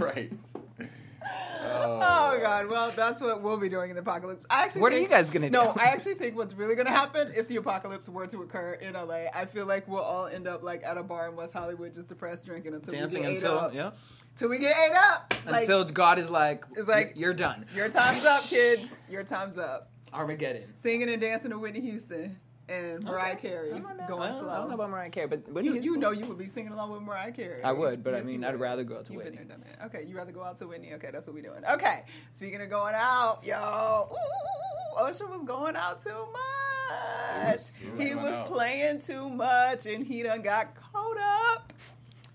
[SPEAKER 1] <laughs> right.
[SPEAKER 5] <laughs> Oh god, well that's what we'll be doing in the apocalypse. I actually
[SPEAKER 4] What are
[SPEAKER 5] think-
[SPEAKER 4] you guys gonna
[SPEAKER 5] No,
[SPEAKER 4] do?
[SPEAKER 5] I actually think what's really gonna happen if the apocalypse were to occur in LA, I feel like we'll all end up like at a bar in West Hollywood, just depressed, drinking until
[SPEAKER 4] Dancing
[SPEAKER 5] we get ate
[SPEAKER 4] until
[SPEAKER 5] up.
[SPEAKER 4] yeah,
[SPEAKER 5] Till we get ate up. Like,
[SPEAKER 4] until God is like,
[SPEAKER 5] It's like-
[SPEAKER 4] you're done.
[SPEAKER 5] Your time's up, kids. Your time's up.
[SPEAKER 4] Armageddon.
[SPEAKER 5] Singing and dancing to Whitney Houston and Mariah Carey
[SPEAKER 4] I
[SPEAKER 5] going
[SPEAKER 4] don't, I don't know
[SPEAKER 5] slow.
[SPEAKER 4] about Mariah Carey, but what do
[SPEAKER 5] You, you know you would be singing along with Mariah Carey.
[SPEAKER 4] I would, but I
[SPEAKER 5] Yes,
[SPEAKER 4] mean,
[SPEAKER 5] you
[SPEAKER 4] I'd
[SPEAKER 5] would.
[SPEAKER 4] rather go out to
[SPEAKER 5] You've been
[SPEAKER 4] Whitney.
[SPEAKER 5] there, done that. Okay, you rather go out to Whitney. Okay, that's what we're doing. Okay, speaking of going out, yo, ooh, Usher was going out too much.
[SPEAKER 1] He was- he
[SPEAKER 5] He
[SPEAKER 1] went
[SPEAKER 5] was
[SPEAKER 1] out.
[SPEAKER 5] playing too much, and he done got caught up.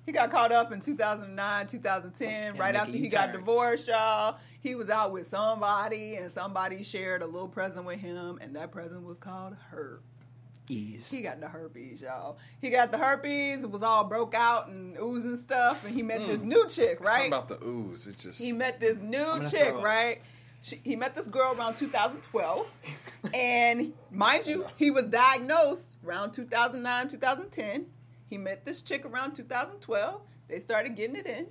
[SPEAKER 5] He got caught up in 2009, 2010, right
[SPEAKER 4] Mickey
[SPEAKER 5] after he got
[SPEAKER 4] turned.
[SPEAKER 5] divorced, y'all. He was out with somebody, and somebody shared a little present with him, and that present was called herb.
[SPEAKER 4] Ease.
[SPEAKER 5] He got the herpes, y'all. He got the herpes. It was all broke out and oozing stuff. And he met this new chick,
[SPEAKER 1] Something
[SPEAKER 5] right?
[SPEAKER 1] about the ooze. It's just.
[SPEAKER 5] He met this new
[SPEAKER 4] gonna
[SPEAKER 5] chick,
[SPEAKER 4] throw up.
[SPEAKER 5] right? She, he met this girl around 2012. and mind you, he was diagnosed around 2009, 2010. He met this chick around 2012. They started getting it in.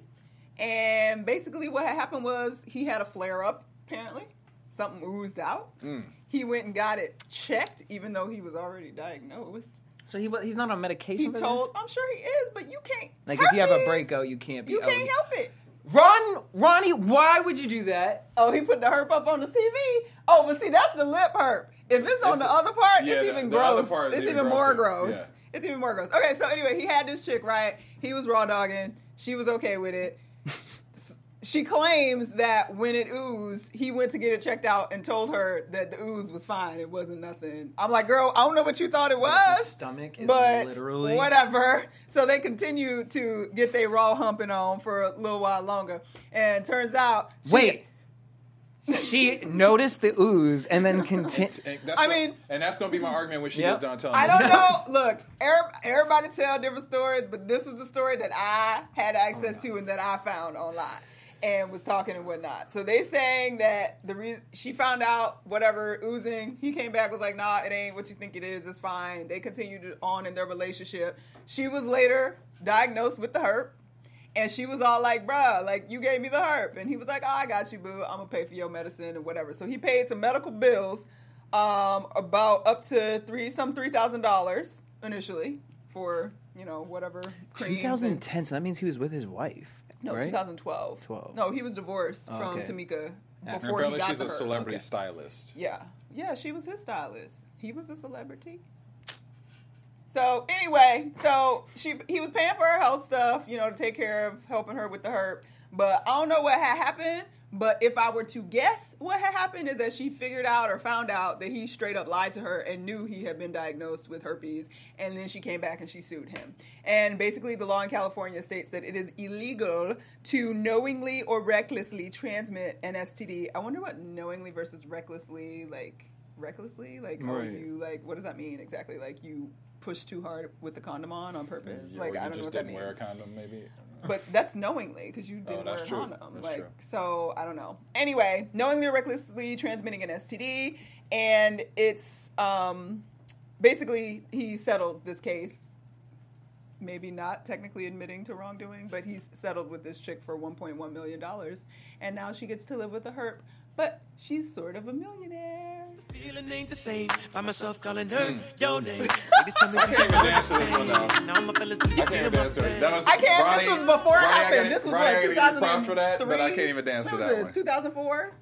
[SPEAKER 5] And basically, what had happened was he had a flare up, apparently. Something oozed out. He went and got it checked, even though he was already diagnosed.
[SPEAKER 4] So he wa- he's not on medication.
[SPEAKER 5] He
[SPEAKER 4] for this?
[SPEAKER 5] told, I'm sure he is, but you can't.
[SPEAKER 4] Like if you have a
[SPEAKER 5] herpes,
[SPEAKER 4] breakout, you can't be. oh,
[SPEAKER 5] you
[SPEAKER 4] out.
[SPEAKER 5] can't help it.
[SPEAKER 4] Ron, Ronnie, why would you do that?
[SPEAKER 5] Oh, he put the herp up on the TV. Oh, but see, that's the lip herp. If it's on
[SPEAKER 1] It's-
[SPEAKER 5] the other part,
[SPEAKER 1] yeah,
[SPEAKER 5] it's
[SPEAKER 1] the-
[SPEAKER 5] even
[SPEAKER 1] the
[SPEAKER 5] gross.
[SPEAKER 1] other part is
[SPEAKER 5] it's
[SPEAKER 1] even
[SPEAKER 5] even, more
[SPEAKER 1] grosser.
[SPEAKER 5] gross.
[SPEAKER 1] Yeah.
[SPEAKER 5] It's even more gross. Okay, so anyway, he had this chick, right? He was raw dogging. She was okay
[SPEAKER 1] <laughs>
[SPEAKER 5] with it. she claims that when it oozed, he went to get it checked out and told her that the ooze was fine. It wasn't nothing. I'm like, girl, I don't know what you thought it was.
[SPEAKER 4] his stomach is
[SPEAKER 5] but
[SPEAKER 4] literally-
[SPEAKER 5] whatever. <laughs> So they continue to get their raw humping on for a little while longer. And turns out she-
[SPEAKER 4] Wait. she noticed the ooze and then
[SPEAKER 5] <laughs>
[SPEAKER 4] continued.
[SPEAKER 1] And that's
[SPEAKER 5] I
[SPEAKER 1] what-
[SPEAKER 5] mean-
[SPEAKER 1] and that's gonna be my argument when she
[SPEAKER 4] Yeah.
[SPEAKER 1] gets done telling.
[SPEAKER 5] I
[SPEAKER 1] this.
[SPEAKER 5] don't know. Look, er- everybody tell different stories, but this was the story that I had access to and that I found online and was talking and whatnot. So they saying that the re- she found out whatever oozing. He came back was like, nah, it ain't what you think it is. It's fine. They continued on in their relationship. She was later diagnosed with the herp. And she was all like, bruh, like, you gave me the herp. And he was like, oh, I got you, boo. I'm going to pay for your medicine and whatever. So he paid some medical bills, um, about up to three, some $3,000 initially for, you know, whatever. creams and-
[SPEAKER 4] 2010, so that means he was with his wife.
[SPEAKER 5] No,
[SPEAKER 4] right?
[SPEAKER 5] 2012.
[SPEAKER 4] 12.
[SPEAKER 5] No, he was divorced from
[SPEAKER 4] okay.
[SPEAKER 5] Tamika
[SPEAKER 1] And
[SPEAKER 5] before he
[SPEAKER 1] apparently
[SPEAKER 5] got
[SPEAKER 1] she's
[SPEAKER 5] to
[SPEAKER 1] a
[SPEAKER 5] her.
[SPEAKER 1] celebrity
[SPEAKER 4] Okay.
[SPEAKER 1] stylist.
[SPEAKER 5] Yeah. Yeah, she was his stylist. He was a celebrity. So anyway, so she he was paying for her health stuff, you know, to take care of helping her with the herb. But I don't know what had happened. But if I were to guess what had happened is that she figured out or found out that he straight up lied to her and knew he had been diagnosed with herpes, and then she came back and she sued him. And basically, the law in California states that it is illegal to knowingly or recklessly transmit an STD. I wonder what knowingly versus recklessly like recklessly like are
[SPEAKER 4] Right.
[SPEAKER 5] you like what does that mean exactly like you push too hard with the condom on on purpose
[SPEAKER 1] Yeah, or
[SPEAKER 5] like
[SPEAKER 1] you
[SPEAKER 5] i don't know
[SPEAKER 1] just
[SPEAKER 5] what that
[SPEAKER 1] didn't
[SPEAKER 5] means
[SPEAKER 1] wear a condom, maybe.
[SPEAKER 5] but that's knowingly because you didn't wear a
[SPEAKER 1] that's true.
[SPEAKER 5] condom
[SPEAKER 1] That's
[SPEAKER 5] like
[SPEAKER 1] true.
[SPEAKER 5] so i don't know anyway knowingly or recklessly transmitting an std and it's um basically he settled this case maybe not technically admitting to wrongdoing but he's settled with this chick for 1.1 million dollars and now she gets to live with a herp but she's sort of a millionaire
[SPEAKER 3] Feeling ain't the same. By myself calling her your name. Ladies tell me I
[SPEAKER 1] can't even dance to this one now.
[SPEAKER 3] Now my fellas do you
[SPEAKER 1] I can't
[SPEAKER 3] feel
[SPEAKER 1] even
[SPEAKER 3] my
[SPEAKER 1] dance to it. That was
[SPEAKER 5] I can't.
[SPEAKER 1] Ronnie-
[SPEAKER 5] this was before it
[SPEAKER 1] Ronnie, I
[SPEAKER 5] happened.
[SPEAKER 1] gotta-
[SPEAKER 5] this was
[SPEAKER 1] Ronnie, I
[SPEAKER 5] what
[SPEAKER 1] gotta give
[SPEAKER 5] 2003.
[SPEAKER 1] you props for that, but I can't even dance to
[SPEAKER 5] When
[SPEAKER 1] that
[SPEAKER 5] was
[SPEAKER 1] one. Mm,
[SPEAKER 5] Two thousand four.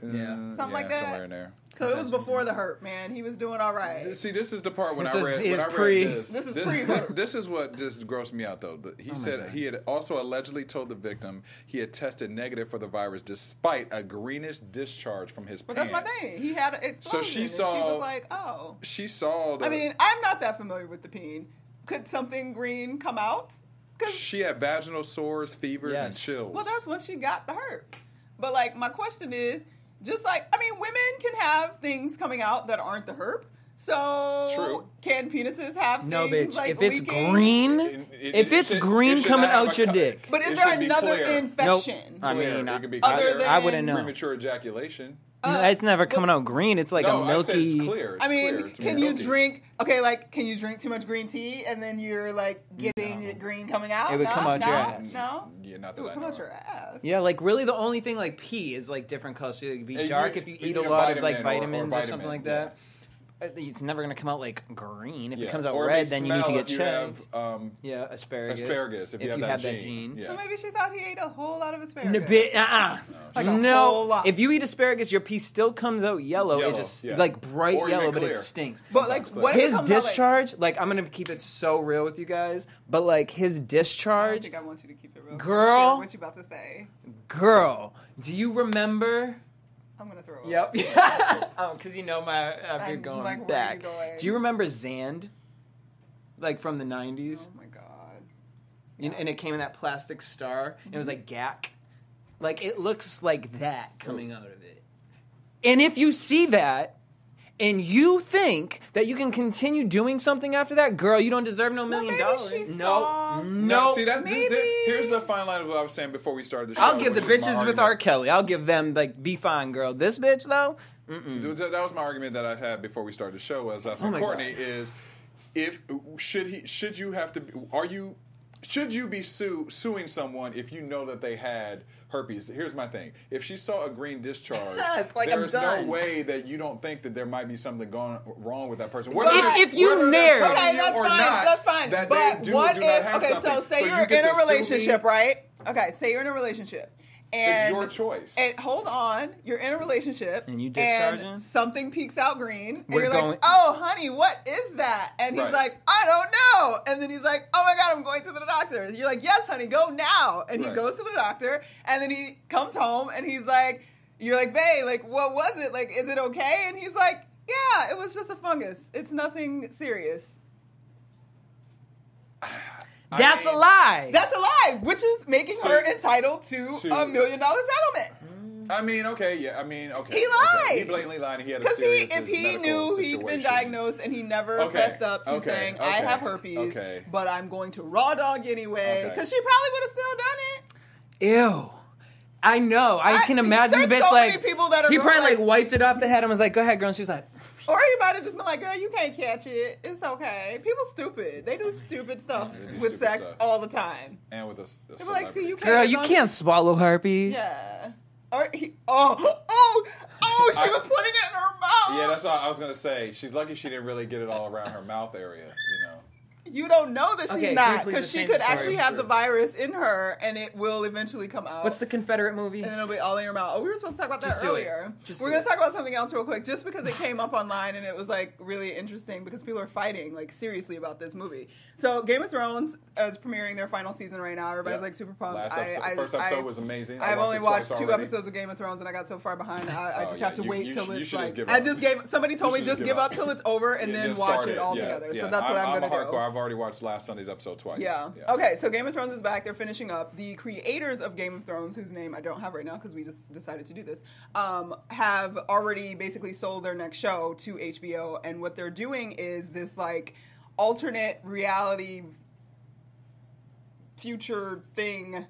[SPEAKER 1] Yeah,
[SPEAKER 5] Something like that.
[SPEAKER 1] Somewhere in there.
[SPEAKER 5] So it was before the hurt, man. He was doing all right.
[SPEAKER 1] See, this is the part when
[SPEAKER 4] This
[SPEAKER 1] I
[SPEAKER 4] is-
[SPEAKER 1] read.
[SPEAKER 4] is
[SPEAKER 1] when I read
[SPEAKER 4] pre-
[SPEAKER 1] this.
[SPEAKER 5] This is
[SPEAKER 1] this, <laughs>
[SPEAKER 5] pre-
[SPEAKER 1] this is what just grossed me out, though. The-
[SPEAKER 4] Oh
[SPEAKER 1] He said he had also allegedly told the victim he had tested negative for the virus despite a greenish discharge from his
[SPEAKER 5] But that's
[SPEAKER 1] pants.
[SPEAKER 5] my thing. He had an explosion.
[SPEAKER 1] she
[SPEAKER 5] and
[SPEAKER 1] saw-
[SPEAKER 5] She was like, oh.
[SPEAKER 1] She saw. The,
[SPEAKER 5] I mean, I'm not that familiar with the peen. Could something green come out? Because
[SPEAKER 1] she had vaginal sores, fevers, and
[SPEAKER 4] Yes.
[SPEAKER 1] chills.
[SPEAKER 5] Well, that's when she got the hurt. But like, my question is, just like I mean, women can have things coming out that aren't the herp. So
[SPEAKER 1] True.
[SPEAKER 5] Can penises have
[SPEAKER 4] No,
[SPEAKER 5] things
[SPEAKER 4] bitch.
[SPEAKER 5] like
[SPEAKER 4] if it's
[SPEAKER 5] leaking?
[SPEAKER 4] green,
[SPEAKER 1] It- it- it
[SPEAKER 4] if it's
[SPEAKER 1] should- it
[SPEAKER 4] green
[SPEAKER 1] should
[SPEAKER 4] coming
[SPEAKER 1] not have
[SPEAKER 4] out
[SPEAKER 1] a
[SPEAKER 4] your
[SPEAKER 1] co-
[SPEAKER 4] dick,
[SPEAKER 5] But is
[SPEAKER 1] It
[SPEAKER 5] there
[SPEAKER 1] should be
[SPEAKER 5] another
[SPEAKER 1] clear.
[SPEAKER 4] nope.
[SPEAKER 5] infection?
[SPEAKER 4] I
[SPEAKER 1] Clear.
[SPEAKER 4] mean,
[SPEAKER 1] It
[SPEAKER 4] I,
[SPEAKER 1] could be
[SPEAKER 4] I-
[SPEAKER 1] clear.
[SPEAKER 4] I wouldn't know.
[SPEAKER 1] premature ejaculation.
[SPEAKER 4] it's never coming out green. It's like
[SPEAKER 1] no,
[SPEAKER 4] a
[SPEAKER 1] I said
[SPEAKER 4] milky.
[SPEAKER 1] it's clear. It's
[SPEAKER 5] I mean,
[SPEAKER 1] clear. It's
[SPEAKER 5] can you
[SPEAKER 1] milky.
[SPEAKER 5] drink? Okay, like, can you drink too much green tea and then you're like getting it green coming out?
[SPEAKER 4] It would
[SPEAKER 5] no,
[SPEAKER 4] come out
[SPEAKER 5] no,
[SPEAKER 4] your ass.
[SPEAKER 5] No,
[SPEAKER 1] Yeah, not that
[SPEAKER 5] it would
[SPEAKER 1] I
[SPEAKER 5] come
[SPEAKER 1] know
[SPEAKER 5] out
[SPEAKER 1] of.
[SPEAKER 5] your ass.
[SPEAKER 4] Yeah, like really, the only thing like pee is like different colors. So it could be
[SPEAKER 1] Yeah, you-
[SPEAKER 4] dark if you
[SPEAKER 1] you
[SPEAKER 4] eat
[SPEAKER 1] need
[SPEAKER 4] a
[SPEAKER 1] a
[SPEAKER 4] lot of like
[SPEAKER 1] vitamin or- or
[SPEAKER 4] vitamins or, something like
[SPEAKER 1] vitamin,
[SPEAKER 4] that. Uh, It's never gonna come out like green. If it
[SPEAKER 1] Yeah.
[SPEAKER 4] comes out
[SPEAKER 1] Or it may
[SPEAKER 4] red, then you need to
[SPEAKER 1] smell
[SPEAKER 4] get
[SPEAKER 1] if you
[SPEAKER 4] checked.
[SPEAKER 1] have, um,
[SPEAKER 4] yeah, asparagus.
[SPEAKER 1] asparagus if you have that gene. Yeah. Oh,
[SPEAKER 5] So maybe she thought he ate a whole lot of asparagus.
[SPEAKER 4] N- bi- uh-uh.
[SPEAKER 5] Like a whole
[SPEAKER 4] no,
[SPEAKER 5] lot.
[SPEAKER 4] if you eat asparagus, your pee still comes out yellow.
[SPEAKER 1] Yellow,
[SPEAKER 4] it just
[SPEAKER 1] yeah.
[SPEAKER 4] like bright
[SPEAKER 1] Or even
[SPEAKER 4] yellow, but it
[SPEAKER 1] clear.
[SPEAKER 4] stinks.
[SPEAKER 5] But like, what if it
[SPEAKER 4] his
[SPEAKER 5] comes out, like-
[SPEAKER 4] discharge, like, I'm gonna keep it so real with you guys, but like his
[SPEAKER 5] I don't
[SPEAKER 4] discharge,
[SPEAKER 5] think I want you to keep it real. I'm
[SPEAKER 4] Girl.
[SPEAKER 5] scared of what you about to say?
[SPEAKER 4] girl, do you remember?
[SPEAKER 5] I'm gonna throw
[SPEAKER 4] Yep.
[SPEAKER 5] up.
[SPEAKER 4] <laughs> oh, because you know my uh, you're
[SPEAKER 5] I'm
[SPEAKER 4] going
[SPEAKER 5] like, where are you
[SPEAKER 4] back.
[SPEAKER 5] going?
[SPEAKER 4] Do you remember Zand? Like from the '90s,
[SPEAKER 5] Oh my god.
[SPEAKER 4] You know, and it came in that plastic star, and it was
[SPEAKER 5] Mm-hmm.
[SPEAKER 4] like gack. Like it looks like that coming out of it. And if you see that. And you think that you can continue doing something after that, girl? You don't deserve no million
[SPEAKER 5] maybe
[SPEAKER 4] dollars.
[SPEAKER 5] she
[SPEAKER 4] no,
[SPEAKER 5] saw-
[SPEAKER 1] No,
[SPEAKER 4] no.
[SPEAKER 1] see that. th- th-
[SPEAKER 5] maybe.
[SPEAKER 1] here's the fine line of what I was saying before we started the show.
[SPEAKER 4] I'll give the
[SPEAKER 1] which was my
[SPEAKER 4] bitches with R.
[SPEAKER 1] argument.
[SPEAKER 4] Kelly. I'll give them like be fine, girl. This bitch though,
[SPEAKER 1] Th- That was my argument that I had before we started the show. Was
[SPEAKER 5] Oh
[SPEAKER 1] asking
[SPEAKER 4] my
[SPEAKER 1] Courtney
[SPEAKER 4] God.
[SPEAKER 1] is if should he should you have to be- are you should you be sue, suing someone if you know that they had herpes? Here's my thing: if she saw a green
[SPEAKER 5] <laughs>
[SPEAKER 1] discharge,
[SPEAKER 4] It's like I'm
[SPEAKER 1] there's
[SPEAKER 4] done.
[SPEAKER 1] no way that you don't think that there might be something going wrong with that person.
[SPEAKER 4] if you
[SPEAKER 1] whether they're
[SPEAKER 4] married-
[SPEAKER 1] telling
[SPEAKER 5] Okay,
[SPEAKER 1] you
[SPEAKER 5] that's
[SPEAKER 1] or
[SPEAKER 5] fine.
[SPEAKER 1] not
[SPEAKER 5] that's fine.
[SPEAKER 1] That
[SPEAKER 5] But
[SPEAKER 1] they do,
[SPEAKER 5] what
[SPEAKER 1] do
[SPEAKER 5] if?
[SPEAKER 1] not have
[SPEAKER 5] okay,
[SPEAKER 1] something.
[SPEAKER 5] so say
[SPEAKER 1] you
[SPEAKER 5] you're
[SPEAKER 1] get
[SPEAKER 5] in a
[SPEAKER 1] to sue me
[SPEAKER 5] relationship, right? Okay, say you're in a relationship. And
[SPEAKER 1] your choice.
[SPEAKER 5] And hold on, you're in a relationship,
[SPEAKER 4] And you discharging?
[SPEAKER 5] and something peeks out green, and
[SPEAKER 4] We're
[SPEAKER 5] you're
[SPEAKER 4] going-
[SPEAKER 5] like, "Oh, honey, what is that?" And he's
[SPEAKER 1] Right.
[SPEAKER 5] like, "I don't know." And then he's like, "Oh my god, I'm going to the doctor." And you're like, "Yes, honey, go now." And he
[SPEAKER 1] Right.
[SPEAKER 5] goes to the doctor, and then he comes home, and he's like, "You're like, babe, like, what was it? Like, is it okay?" And he's like, "Yeah, it was just a fungus. It's nothing serious."
[SPEAKER 4] That's a lie.
[SPEAKER 5] That's a lie, which is making
[SPEAKER 1] So-
[SPEAKER 5] her entitled to,
[SPEAKER 1] To- Mm-hmm.
[SPEAKER 5] a million dollar settlement.
[SPEAKER 1] I mean, okay, yeah. I mean, okay.
[SPEAKER 5] He
[SPEAKER 1] okay. He
[SPEAKER 5] lied.
[SPEAKER 1] blatantly lied. and He had a
[SPEAKER 5] Because he,
[SPEAKER 1] serious
[SPEAKER 5] if he
[SPEAKER 1] medical
[SPEAKER 5] knew he'd been
[SPEAKER 1] situation.
[SPEAKER 5] diagnosed and he never
[SPEAKER 1] Okay,
[SPEAKER 5] fessed up to
[SPEAKER 1] okay,
[SPEAKER 5] saying, I have
[SPEAKER 1] okay,
[SPEAKER 5] herpes,
[SPEAKER 1] okay.
[SPEAKER 5] but I'm going to raw dog anyway,
[SPEAKER 1] Okay.
[SPEAKER 5] because she probably would have still done it.
[SPEAKER 4] Ew. I know. I, <laughs>
[SPEAKER 5] I-
[SPEAKER 4] can imagine the
[SPEAKER 5] there's
[SPEAKER 4] bitch
[SPEAKER 5] so
[SPEAKER 4] like
[SPEAKER 5] many people that are
[SPEAKER 4] he
[SPEAKER 5] doing,
[SPEAKER 4] probably like,
[SPEAKER 5] like-
[SPEAKER 4] wiped it off the head and was like, "Go ahead, girl." And she was <laughs> like,
[SPEAKER 5] Or he might have just been like, girl, you can't catch it. It's okay. People stupid. They do stupid stuff
[SPEAKER 1] They do
[SPEAKER 5] with
[SPEAKER 1] stupid
[SPEAKER 5] sex
[SPEAKER 1] stuff.
[SPEAKER 5] all the time.
[SPEAKER 1] And with a, a
[SPEAKER 5] They were like, see,
[SPEAKER 1] celebrity.
[SPEAKER 5] you can't.
[SPEAKER 4] "Girl,
[SPEAKER 5] it's
[SPEAKER 4] you
[SPEAKER 5] on-
[SPEAKER 4] can't swallow herpes."
[SPEAKER 5] Yeah. Or he, oh, <gasps> oh, oh, she
[SPEAKER 1] I-
[SPEAKER 5] was putting it in her mouth.
[SPEAKER 1] Yeah, that's all I was gonna say. She's lucky she didn't really get it all around her mouth area. You know.
[SPEAKER 5] you don't know that she's
[SPEAKER 4] Okay, can we
[SPEAKER 5] not
[SPEAKER 4] please
[SPEAKER 5] because
[SPEAKER 4] just
[SPEAKER 5] she
[SPEAKER 4] change the
[SPEAKER 5] could
[SPEAKER 4] story?
[SPEAKER 5] actually have
[SPEAKER 4] Sure.
[SPEAKER 5] the virus in her and it will eventually come out.
[SPEAKER 4] What's the Confederate movie?
[SPEAKER 5] and then it'll be all in your mouth. Oh, we were supposed to talk about that
[SPEAKER 4] Just do it.
[SPEAKER 5] earlier.
[SPEAKER 4] Just
[SPEAKER 5] we're
[SPEAKER 4] do
[SPEAKER 5] gonna
[SPEAKER 4] it.
[SPEAKER 5] talk about something else real quick, just because it came up online and it was like really interesting because people are fighting like seriously about this movie. So Game of Thrones is premiering their final season right now. Everybody's
[SPEAKER 1] Yeah.
[SPEAKER 5] like super pumped.
[SPEAKER 1] Last episode- first episode was amazing. I
[SPEAKER 5] I've
[SPEAKER 1] watched
[SPEAKER 5] only
[SPEAKER 1] it twice
[SPEAKER 5] watched two
[SPEAKER 1] already.
[SPEAKER 5] episodes of Game of Thrones and I got so far behind. I, I
[SPEAKER 1] Oh,
[SPEAKER 5] just
[SPEAKER 1] yeah.
[SPEAKER 5] have to
[SPEAKER 1] You-
[SPEAKER 5] wait
[SPEAKER 1] you
[SPEAKER 5] till
[SPEAKER 1] sh- you
[SPEAKER 5] it's
[SPEAKER 1] should just
[SPEAKER 5] like
[SPEAKER 1] give
[SPEAKER 5] I
[SPEAKER 1] up.
[SPEAKER 5] just gave. Somebody told
[SPEAKER 1] You
[SPEAKER 5] me
[SPEAKER 1] should
[SPEAKER 5] just give up till it's over and
[SPEAKER 1] Yeah,
[SPEAKER 5] then
[SPEAKER 1] just
[SPEAKER 5] watch
[SPEAKER 1] start
[SPEAKER 5] it all
[SPEAKER 1] Yeah,
[SPEAKER 5] together.
[SPEAKER 1] yeah.
[SPEAKER 5] So that's what I'm,
[SPEAKER 1] I'm
[SPEAKER 5] gonna
[SPEAKER 1] a
[SPEAKER 5] do.
[SPEAKER 1] hardcore. I've already watched last Sunday's episode twice.
[SPEAKER 5] Yeah. Okay, so Game of Thrones is back. They're finishing up. The creators of Game of Thrones, whose name I don't have right now because we just decided to do this, um, have already basically sold their next show to HBO. And what they're doing is this like alternate reality future thing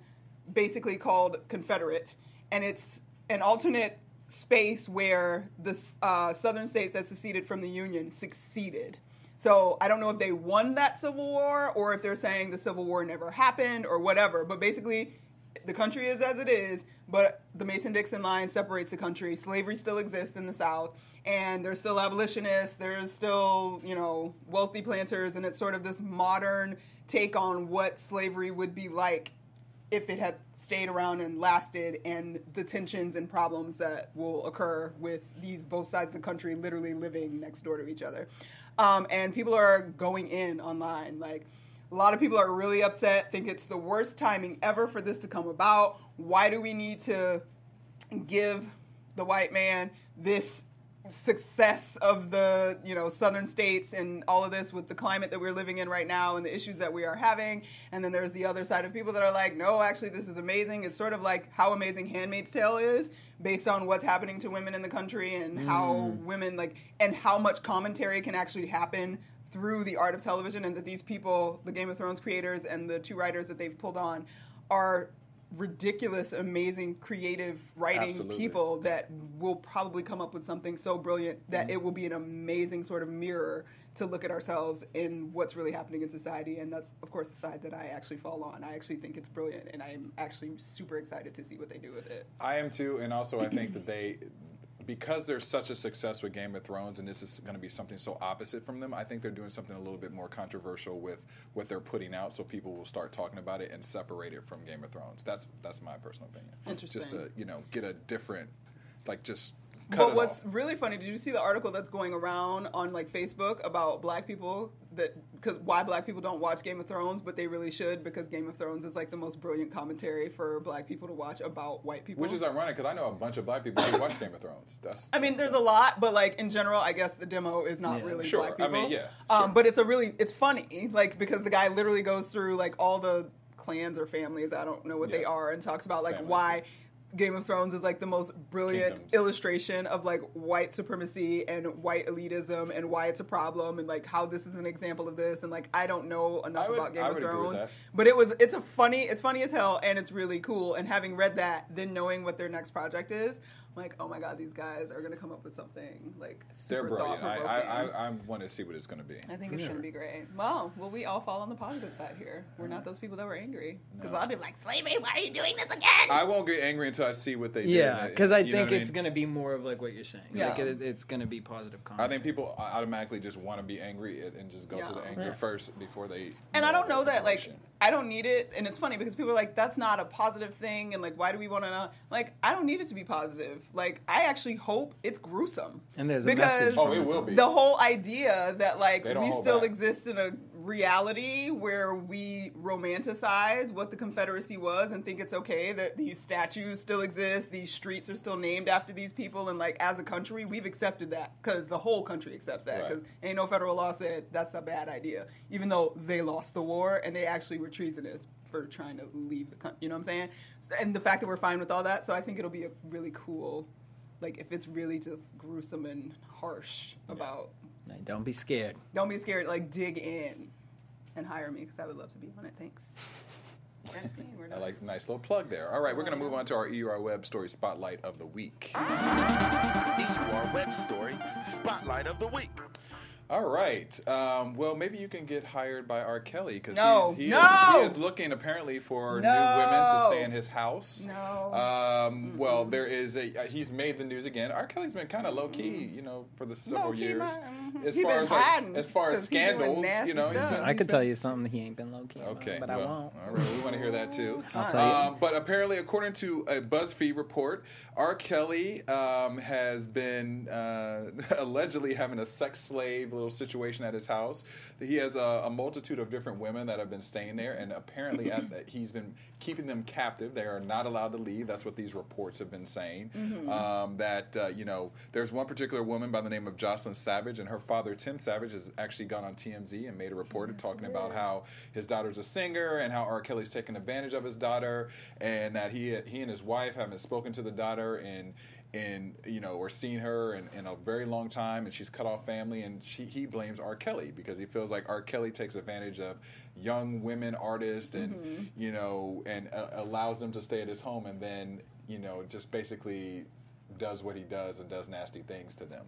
[SPEAKER 5] basically called Confederate. And it's an alternate space where the uh, southern states that seceded from the Union succeeded. So I don't know if they won that Civil War or if they're saying the Civil War never happened or whatever. But basically, the country is as it is, but the Mason Dixon line separates the country. Slavery still exists in the South, and there's still abolitionists, there's still, you know, wealthy planters, and it's sort of this modern take on what slavery would be like if it had stayed around and lasted and the tensions and problems that will occur with these both sides of the country literally living next door to each other um, and people are going in online like a lot of people are really upset think it's the worst timing ever for this to come about why do we need to give the white man this success of the you know southern states and all of this with the climate that we're living in right now and the issues that we are having and then there's the other side of people that are like no actually this is amazing it's sort of like how amazing handmaid's tale is based on what's happening to women in the country and how women like and how much commentary can actually happen through the art of television and that these people the game of thrones creators and the two writers that they've pulled on are ridiculous amazing creative writing
[SPEAKER 1] Absolutely.
[SPEAKER 5] people that will probably come up with something so brilliant that
[SPEAKER 1] Mm-hmm.
[SPEAKER 5] it will be an amazing sort of mirror to look at ourselves in what's really happening in society. And that's, of course, the side that I actually fall on. I actually think it's brilliant, and I'm actually super excited to see what they do with it.
[SPEAKER 1] I am too, and also I think that they, because there's such a success with Game of Thrones, and this is going to be something so opposite from them. I think they're doing something a little bit more controversial with what they're putting out, so people will start talking about it and separate it from Game of Thrones. That's that's my personal opinion. Just to
[SPEAKER 5] Interesting.
[SPEAKER 1] you know get a different, like just. Cut
[SPEAKER 5] But
[SPEAKER 1] it
[SPEAKER 5] what's
[SPEAKER 1] off.
[SPEAKER 5] really funny? Did you see the article that's going around on like Facebook about black people that because why black people don't watch Game of Thrones, but they really should because Game of Thrones is like the most brilliant commentary for black people to watch about white people.
[SPEAKER 1] Which is ironic because I know a bunch of black people who watch Game of Thrones. That's
[SPEAKER 5] I mean, there's a lot, but like in general, I guess the demo is not
[SPEAKER 4] Yeah.
[SPEAKER 5] really
[SPEAKER 1] Sure.
[SPEAKER 5] black people.
[SPEAKER 1] I mean, yeah, sure.
[SPEAKER 5] Um, but it's a really it's funny, like because the guy literally goes through like all the clans or families, I don't know what they
[SPEAKER 1] Yeah.
[SPEAKER 5] are, and talks about like
[SPEAKER 1] Families.
[SPEAKER 5] why Game of Thrones is like the most brilliant
[SPEAKER 1] Kingdoms.
[SPEAKER 5] illustration of like white supremacy and white elitism and why it's a problem and like how this is an example of this and like I don't know enough
[SPEAKER 1] I would-
[SPEAKER 5] about Game
[SPEAKER 1] I
[SPEAKER 5] of
[SPEAKER 1] would agree with
[SPEAKER 5] Thrones,
[SPEAKER 1] that.
[SPEAKER 5] but it was it's a funny it's funny as hell and it's really cool. And having read that, then knowing what their next project is, I'm like, oh my god, these guys are gonna come up with something like
[SPEAKER 1] They're
[SPEAKER 5] super thought
[SPEAKER 1] brilliant. I, I,
[SPEAKER 5] provoking.
[SPEAKER 1] I, I want to see what it's going to be.
[SPEAKER 5] I think it's gonna be great. Wow, well we all fall on the positive side here. We're not those people that were angry because I'll be like slavery. Why are you doing this again?
[SPEAKER 1] I won't get angry until I see what they do.
[SPEAKER 4] Yeah,
[SPEAKER 1] And
[SPEAKER 4] because I
[SPEAKER 1] you know
[SPEAKER 4] think
[SPEAKER 1] what
[SPEAKER 4] it's
[SPEAKER 1] mean?
[SPEAKER 4] going to be more of like what you're saying.
[SPEAKER 5] Yeah.
[SPEAKER 4] Like it, it's going to be positive comment.
[SPEAKER 1] I think people automatically just want to be angry and and just go to
[SPEAKER 5] Yeah.
[SPEAKER 1] the anger
[SPEAKER 5] Yeah.
[SPEAKER 1] first before they.
[SPEAKER 5] and I don't know
[SPEAKER 1] the
[SPEAKER 5] that like
[SPEAKER 1] information.
[SPEAKER 5] I don't need it. And it's funny because people are like, that's not a positive thing. And like, why do we want to? Like, I don't need it to be positive. Like, I actually hope it's gruesome.
[SPEAKER 4] And there's a
[SPEAKER 5] because
[SPEAKER 4] message
[SPEAKER 1] Oh, it will be.
[SPEAKER 5] The whole idea that like
[SPEAKER 1] They don't
[SPEAKER 5] we
[SPEAKER 1] hold
[SPEAKER 5] still
[SPEAKER 1] back.
[SPEAKER 5] exist in a reality where we romanticize what the Confederacy was and think it's okay that these statues still exist, these streets are still named after these people, and like as a country, we've accepted that because the whole country accepts that
[SPEAKER 1] Right.
[SPEAKER 5] because ain't no federal law said that's a bad idea, even though they lost the war and they actually were treasonous for trying to leave the country. You know what I'm saying? So- And the fact that we're fine with all that, so I think it'll be a really cool. Like if it's really just gruesome and harsh about
[SPEAKER 4] Like, Don't be scared.
[SPEAKER 5] don't be scared. Like dig in and hire me because I would love to be on it. Thanks. That's me. We're
[SPEAKER 1] <laughs> I
[SPEAKER 5] done.
[SPEAKER 1] like nice little plug there. All right, we're going to move on to our EUR web story spotlight of the week.
[SPEAKER 2] EUR Web Story Spotlight of the Week.
[SPEAKER 1] All right. Um, well, maybe you can get hired by R. Kelly because
[SPEAKER 5] No.
[SPEAKER 1] he's, he, is,
[SPEAKER 5] No.
[SPEAKER 1] he is looking apparently for
[SPEAKER 5] No.
[SPEAKER 1] new women to stay in his house.
[SPEAKER 5] No.
[SPEAKER 1] Um, Well, there is a. Uh, he's made the news again. R. Kelly's been kind of low key, you know, for the several
[SPEAKER 5] Low-key,
[SPEAKER 1] years.
[SPEAKER 5] man. Mhm.
[SPEAKER 1] As
[SPEAKER 5] He
[SPEAKER 1] far
[SPEAKER 5] been
[SPEAKER 1] as like,
[SPEAKER 5] hiding
[SPEAKER 1] as far as
[SPEAKER 5] 'cause he doing
[SPEAKER 1] scandals,
[SPEAKER 5] nasty
[SPEAKER 1] you know, he's
[SPEAKER 5] stuff.
[SPEAKER 1] been,
[SPEAKER 4] I could tell you something he ain't been low key,
[SPEAKER 1] Okay,
[SPEAKER 4] Um, but
[SPEAKER 1] well,
[SPEAKER 4] I won't.
[SPEAKER 1] All right, we want to hear that too.
[SPEAKER 4] <laughs> I'll tell you.
[SPEAKER 1] Um, but apparently, according to a BuzzFeed report, R. Kelly um, has been uh, <laughs> allegedly having a sex slave little situation at his house. He has a, a multitude of different women that have been staying there, and apparently,
[SPEAKER 4] <laughs>
[SPEAKER 1] at the, he's been keeping them captive. They are not allowed to leave. That's what these reports have been saying.
[SPEAKER 4] Mm-hmm.
[SPEAKER 1] Um, that uh, you know, there's one particular woman by the name of Jocelyn Savage, and her father Tim Savage has actually gone on TMZ and made a
[SPEAKER 4] Mm-hmm.
[SPEAKER 1] report talking about how his daughter's a singer and how R. Kelly's taken advantage of his daughter, and that he he and his wife haven't spoken to the daughter and. And you know, or seen her in, in a very long time, and she's cut off family, and she, he blames R. Kelly because he feels like R. Kelly takes advantage of young women artists, and you know, and uh, allows them to stay at his home, and then you know, just basically does what he does and does nasty things to them.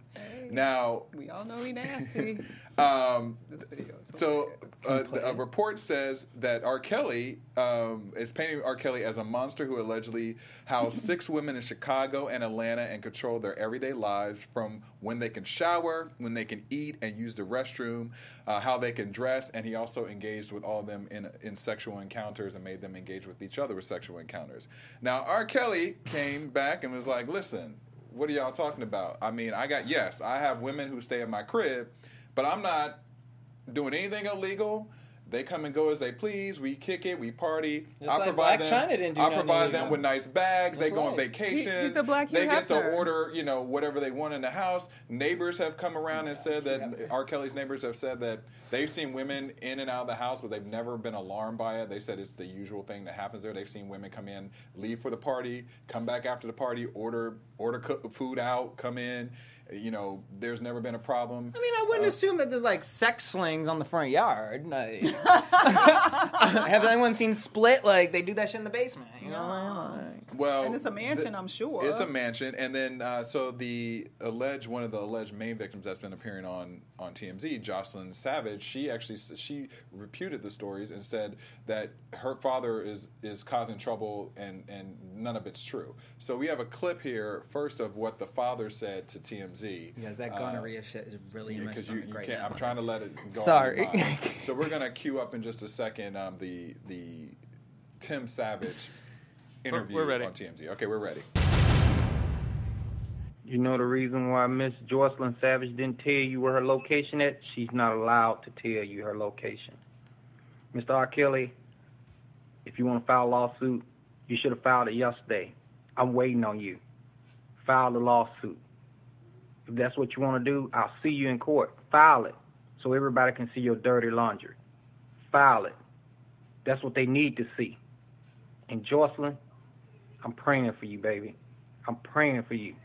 [SPEAKER 1] Now,
[SPEAKER 5] We all know we nasty.
[SPEAKER 1] <laughs> um,
[SPEAKER 5] this video. Is
[SPEAKER 1] so uh, a report says that R. Kelly um, is painting R. Kelly as a monster who allegedly housed six women in Chicago and Atlanta and controlled their everyday lives from when they can shower, when they can eat and use the restroom, uh, how they can dress, and he also engaged with all of them in in sexual encounters and made them engage with each other with sexual encounters. Now R. Kelly came back and was like, "Listen, what are y'all talking about? I mean, I got yes, I have women who stay in my crib, but I'm not." doing anything illegal. They come and go as they please. We kick it. We party.
[SPEAKER 4] Just like Blac China didn't do
[SPEAKER 1] I
[SPEAKER 4] nothing
[SPEAKER 1] provide
[SPEAKER 4] illegal.
[SPEAKER 1] them with nice bags. they
[SPEAKER 4] That's
[SPEAKER 1] go on
[SPEAKER 4] right.
[SPEAKER 1] vacations.
[SPEAKER 5] He- he's the Black Hugh
[SPEAKER 1] they get to
[SPEAKER 5] Hefner.
[SPEAKER 1] order, you know, whatever they want in the house. Neighbors have come around and said that R. Kelly's neighbors have said that they've seen women in and out of the house, but they've never been alarmed by it. They said it's the usual thing that happens there. They've seen women come in, leave for the party, come back after the party, order order cook food out, come in. You know, there's never been a problem.
[SPEAKER 4] I mean, I wouldn't assume that there's like sex slings on the front yard. Like, <laughs> have anyone seen Split? Like they do that shit in the basement. You know, like,
[SPEAKER 1] Well,
[SPEAKER 5] And it's a mansion,
[SPEAKER 1] the-
[SPEAKER 5] I'm sure.
[SPEAKER 1] It's a mansion, and then uh, so the alleged one of the alleged main victims that's been appearing on on TMZ, Jocelyn Savage, she actually s- she reputed the stories and said that her father is is causing trouble, and and none of it's true. So we have a clip here first of what the father said to TMZ.
[SPEAKER 4] because that
[SPEAKER 1] Uh,
[SPEAKER 4] gonorrhea shit is really in my
[SPEAKER 1] because you,
[SPEAKER 4] stomach
[SPEAKER 1] you
[SPEAKER 4] right
[SPEAKER 1] can't.
[SPEAKER 4] now.
[SPEAKER 1] I'm trying to let it go. out of your
[SPEAKER 4] Sorry. <laughs>
[SPEAKER 1] mind. so we're gonna queue up in just a second um, the the Tim Savage interview
[SPEAKER 6] we're ready.
[SPEAKER 1] on TMZ. Okay, we're ready.
[SPEAKER 7] You know the reason why Miss Jocelyn Savage didn't tell you where her location at? She's not allowed to tell you her location. Mr. R. Kelly, if you want to file a lawsuit, you should have filed it yesterday. I'm waiting on you. File the lawsuit. If that's what you want to do, I'll see you in court. File it so everybody can see your dirty laundry. File it. That's what they need to see. And Jocelyn, I'm praying for you, baby. I'm praying for you.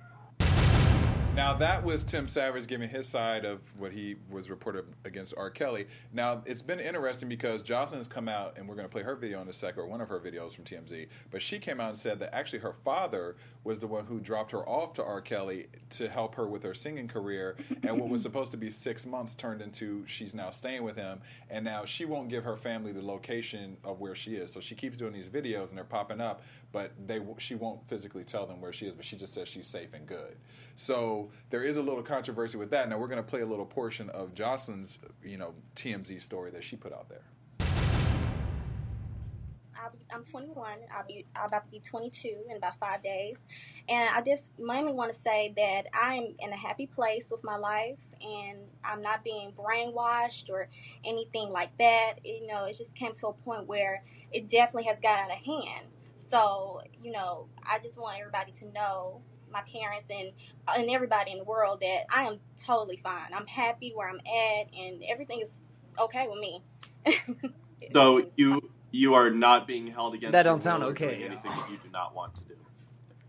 [SPEAKER 1] Now that was Tim Savage giving his side of what he was reported against R. Kelly. Now it's been interesting because Jocelyn's come out, and we're going to play her video in a second, or one of her videos from TMZ. But she came out and said that actually her father was the one who dropped her off to R. Kelly to help her with her singing career, and what was supposed to be six months turned into she's now staying with him, and now she won't give her family the location of where she is. So she keeps doing these videos, and they're popping up, but they w- she won't physically tell them where she is, but she just says she's safe and good. So there is a little controversy with that. Now we're going to play a little portion of Jocelyn's, you know, TMZ story that she put out there.
[SPEAKER 8] I'll be, I'm 21. I'll be I'm about to be 22 in about five days, and I just mainly want to say that I am in a happy place with my life, and I'm not being brainwashed or anything like that. You know, it just came to a point where it definitely has gotten out of hand. So you know, I just want everybody to know, my parents and and everybody in the world, that I am totally fine. I'm happy where I'm at, and everything is okay with me. <laughs>
[SPEAKER 9] So you you are not being held against.
[SPEAKER 4] That
[SPEAKER 9] your
[SPEAKER 4] don't sound
[SPEAKER 9] will or doing
[SPEAKER 4] okay.
[SPEAKER 9] Anything that you do not want to do.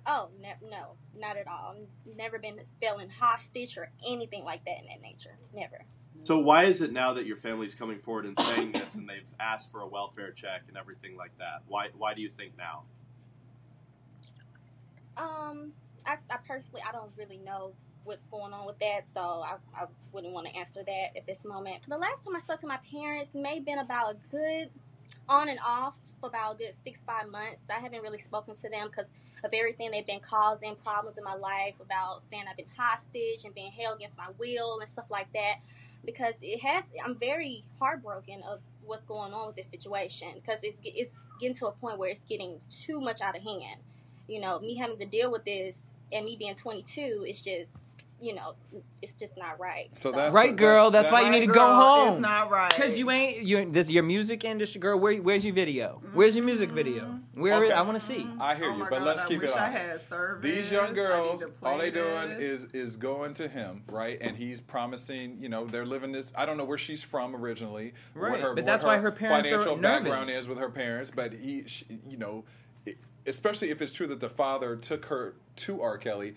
[SPEAKER 8] Oh no, no, not at all. Never been feeling hostage or anything like that in that nature. Never.
[SPEAKER 9] So why is it now that your family's coming forward and saying this, and they've asked for a welfare check and everything like that? Why why do you think now?
[SPEAKER 8] Um, I, I personally, I don't really know what's going on with that, so I, I wouldn't want to answer that at this moment. The last time I spoke to my parents may have been about a good on and off for about a good six five months. I haven't really spoken to them because of everything they've been causing problems in my life about saying I've been hostage and being held against my will and stuff like that. Because it has, I'm very heartbroken of what's going on with this situation because it's it's getting to a point where it's getting too much out of hand you know, me having to deal with this and me being 22 is just, you know, it's just not right.
[SPEAKER 1] So that's
[SPEAKER 4] Right, girl, that's why you
[SPEAKER 5] Right,
[SPEAKER 4] need to go
[SPEAKER 5] girl,
[SPEAKER 4] home.
[SPEAKER 5] It's not right.
[SPEAKER 4] Cause you ain't you ain't- this your music industry girl. Where, where's your video? Where's your music video? Where
[SPEAKER 1] Okay. Mm-hmm.
[SPEAKER 4] I want to see.
[SPEAKER 1] I hear
[SPEAKER 5] Oh
[SPEAKER 1] you,
[SPEAKER 5] my
[SPEAKER 1] but
[SPEAKER 5] God,
[SPEAKER 1] let's
[SPEAKER 5] I
[SPEAKER 1] keep
[SPEAKER 5] wish
[SPEAKER 1] it
[SPEAKER 5] I
[SPEAKER 1] honest.
[SPEAKER 5] had service.
[SPEAKER 1] These
[SPEAKER 5] I
[SPEAKER 1] young
[SPEAKER 5] need
[SPEAKER 1] girls,
[SPEAKER 5] to play
[SPEAKER 1] all they doing is
[SPEAKER 5] this.
[SPEAKER 1] is going to him, right? And he's promising, you know, they're living this. I don't know where she's from originally, or
[SPEAKER 4] Right,
[SPEAKER 1] What her,
[SPEAKER 4] but
[SPEAKER 1] what
[SPEAKER 4] that's why her parents are
[SPEAKER 1] financial background
[SPEAKER 4] nervous.
[SPEAKER 1] is with her parents, but he, she, you know, it- especially if it's true that the father took her to R. Kelly.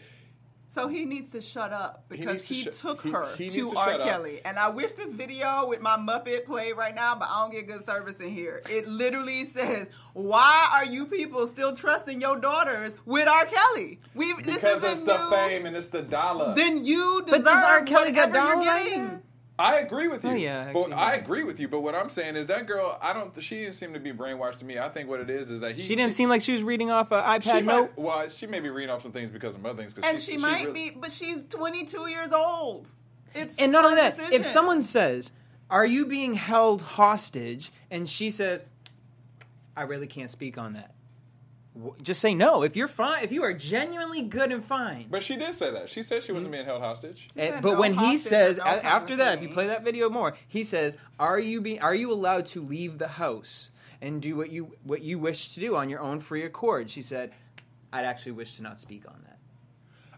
[SPEAKER 5] So he needs to shut up because
[SPEAKER 1] needs to
[SPEAKER 5] he,
[SPEAKER 1] shut-
[SPEAKER 5] took
[SPEAKER 1] he-
[SPEAKER 5] her
[SPEAKER 1] he needs
[SPEAKER 5] to,
[SPEAKER 1] to
[SPEAKER 5] R.
[SPEAKER 1] shut up.
[SPEAKER 5] Kelly. And I wish this video with my Muppet played right now, but I don't get good service in here. It literally says, Why are you people still trusting your daughters with R. Kelly? We've
[SPEAKER 1] Because
[SPEAKER 5] this
[SPEAKER 1] it's
[SPEAKER 5] is
[SPEAKER 1] the
[SPEAKER 5] new.
[SPEAKER 1] fame and it's the dollar.
[SPEAKER 5] Then you
[SPEAKER 4] does
[SPEAKER 5] deserve
[SPEAKER 4] R. Kelly got
[SPEAKER 5] whatever you're
[SPEAKER 4] down like
[SPEAKER 5] getting.
[SPEAKER 4] that?
[SPEAKER 1] I agree with you.
[SPEAKER 4] Oh, yeah,
[SPEAKER 1] but
[SPEAKER 4] actually,
[SPEAKER 1] I
[SPEAKER 4] yeah.
[SPEAKER 1] agree with you. But what I'm saying is that girl, I don't. She didn't seem to be brainwashed to me. I think what it is is that he,
[SPEAKER 4] She didn't seem like she was reading off an
[SPEAKER 1] She
[SPEAKER 4] iPad
[SPEAKER 1] might,
[SPEAKER 4] note.
[SPEAKER 1] Well, she may be reading off some things because of other things. 'cause
[SPEAKER 5] And she, might
[SPEAKER 1] really-
[SPEAKER 5] be, but she's 22 years old. It's
[SPEAKER 4] And not only
[SPEAKER 5] her
[SPEAKER 4] that,
[SPEAKER 5] decision.
[SPEAKER 4] if someone says, "Are you being held hostage?" and she says, "I really can't speak on that," w- just say no. If you're fine, if you are genuinely good and fine.
[SPEAKER 1] But she did say that. She said she wasn't being
[SPEAKER 4] Mm-hmm.
[SPEAKER 1] held hostage.
[SPEAKER 4] And-
[SPEAKER 5] said
[SPEAKER 4] but
[SPEAKER 5] no
[SPEAKER 4] when he
[SPEAKER 5] hostage
[SPEAKER 4] says
[SPEAKER 5] or
[SPEAKER 4] a-
[SPEAKER 5] no kind
[SPEAKER 4] after
[SPEAKER 5] of
[SPEAKER 4] that, if you
[SPEAKER 5] thing.
[SPEAKER 4] play that video more, he says, "Are you being? Are you allowed to leave the house and do what you what you wish to do on your own free accord?" She said, "I'd actually wish to not speak on that."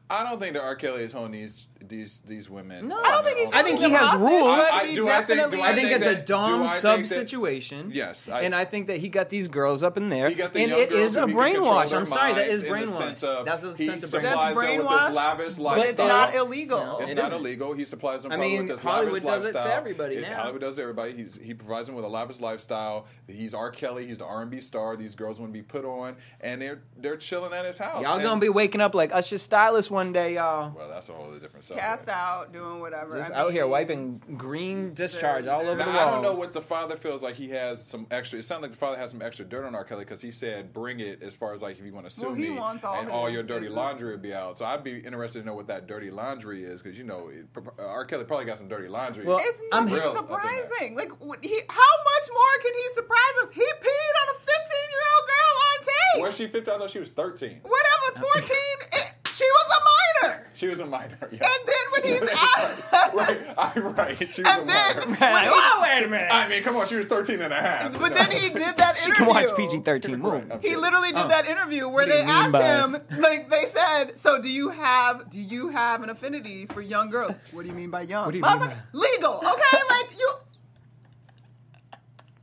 [SPEAKER 1] I don't think that R. Kelly is holding these these these women.
[SPEAKER 4] No,
[SPEAKER 1] on
[SPEAKER 4] I
[SPEAKER 5] don't
[SPEAKER 1] their
[SPEAKER 5] think he's
[SPEAKER 1] own.
[SPEAKER 4] I think he
[SPEAKER 5] holding them
[SPEAKER 4] has
[SPEAKER 5] hostage,
[SPEAKER 4] rules.
[SPEAKER 5] but
[SPEAKER 1] I- I
[SPEAKER 5] he
[SPEAKER 1] do- I think- do
[SPEAKER 5] definitely-
[SPEAKER 1] I
[SPEAKER 4] I think
[SPEAKER 1] think
[SPEAKER 4] it's
[SPEAKER 1] that-
[SPEAKER 4] a
[SPEAKER 1] do I
[SPEAKER 4] dom
[SPEAKER 1] think
[SPEAKER 4] sub
[SPEAKER 1] that-
[SPEAKER 4] situation.
[SPEAKER 1] Yes, I-
[SPEAKER 4] I, and I think that he got these girls up in there,
[SPEAKER 1] He got the
[SPEAKER 4] and
[SPEAKER 1] young
[SPEAKER 4] it
[SPEAKER 1] girls
[SPEAKER 4] is
[SPEAKER 1] who
[SPEAKER 4] a
[SPEAKER 1] he can control
[SPEAKER 4] brainwash.
[SPEAKER 1] their
[SPEAKER 4] I'm sorry, that
[SPEAKER 1] minds
[SPEAKER 4] is
[SPEAKER 1] in the sense
[SPEAKER 4] brainwash.
[SPEAKER 1] of
[SPEAKER 4] That's the
[SPEAKER 1] he
[SPEAKER 4] sense of
[SPEAKER 1] supplies
[SPEAKER 4] brainwash.
[SPEAKER 5] That's
[SPEAKER 1] them with this
[SPEAKER 5] brainwash,
[SPEAKER 1] lavish
[SPEAKER 5] but
[SPEAKER 1] lifestyle.
[SPEAKER 5] it's not illegal.
[SPEAKER 4] No,
[SPEAKER 1] It's
[SPEAKER 4] it
[SPEAKER 1] not
[SPEAKER 4] isn't.
[SPEAKER 1] illegal. He supplies them
[SPEAKER 4] I
[SPEAKER 1] probably
[SPEAKER 4] mean,
[SPEAKER 1] with this lavish
[SPEAKER 4] Hollywood does it to
[SPEAKER 1] lifestyle.
[SPEAKER 4] everybody now.
[SPEAKER 1] Hollywood does it to everybody. He's, he provides them with a lavish lifestyle. He's R. Kelly. He's the R and B star. These girls want to be put on, and they're they're chilling at his house.
[SPEAKER 4] Y'all
[SPEAKER 1] And-
[SPEAKER 4] gonna be waking up like Usher stylist one day, y'all.
[SPEAKER 1] well. That's a whole different subject.
[SPEAKER 5] cast out, doing whatever.
[SPEAKER 4] Just
[SPEAKER 5] I
[SPEAKER 4] out here
[SPEAKER 5] mean,
[SPEAKER 4] wiping green discharge all over
[SPEAKER 1] Now,
[SPEAKER 4] the walls.
[SPEAKER 1] I don't know what the father feels like. He has some extra. It sounded like the father has some extra dirt on R. Kelly because he said, "Bring it." As far as like, if you want to sue
[SPEAKER 5] Well, he
[SPEAKER 1] me,
[SPEAKER 5] wants all
[SPEAKER 1] and
[SPEAKER 5] his
[SPEAKER 1] all your dirty
[SPEAKER 5] business.
[SPEAKER 1] laundry will be out. So I'd be interested to know what that dirty laundry is because you know it, uh, R. Kelly probably got some dirty laundry.
[SPEAKER 4] Well,
[SPEAKER 5] It's
[SPEAKER 4] I'm-
[SPEAKER 5] nothing
[SPEAKER 1] Real up in there.
[SPEAKER 5] surprising. Like what- he, how much more can he surprise us? He peed on a 15 year old girl on tape.
[SPEAKER 1] Was she 15? I thought she was 13.
[SPEAKER 5] Whatever, 14. it, she was a minor.
[SPEAKER 1] She was a minor. Yeah.
[SPEAKER 5] And then when he's out,
[SPEAKER 1] <laughs> right, I, right. She was
[SPEAKER 5] and
[SPEAKER 1] a
[SPEAKER 5] then,
[SPEAKER 1] minor.
[SPEAKER 5] when he,
[SPEAKER 4] <laughs> wait a minute.
[SPEAKER 1] I mean, come on, she was 13 and a half.
[SPEAKER 5] <laughs> but then he did that interview.
[SPEAKER 4] She can watch PG thirteen
[SPEAKER 1] Right,
[SPEAKER 4] movie.
[SPEAKER 1] I'm
[SPEAKER 5] He
[SPEAKER 1] kidding.
[SPEAKER 5] literally did that interview where
[SPEAKER 4] Oh. do
[SPEAKER 5] they
[SPEAKER 4] you mean
[SPEAKER 5] asked
[SPEAKER 4] by-
[SPEAKER 5] him, like they said, "So do you have do you have an affinity for young girls?" What do you mean by young?
[SPEAKER 4] What do you mean by-
[SPEAKER 5] Motherfucker, legal? Okay, like you.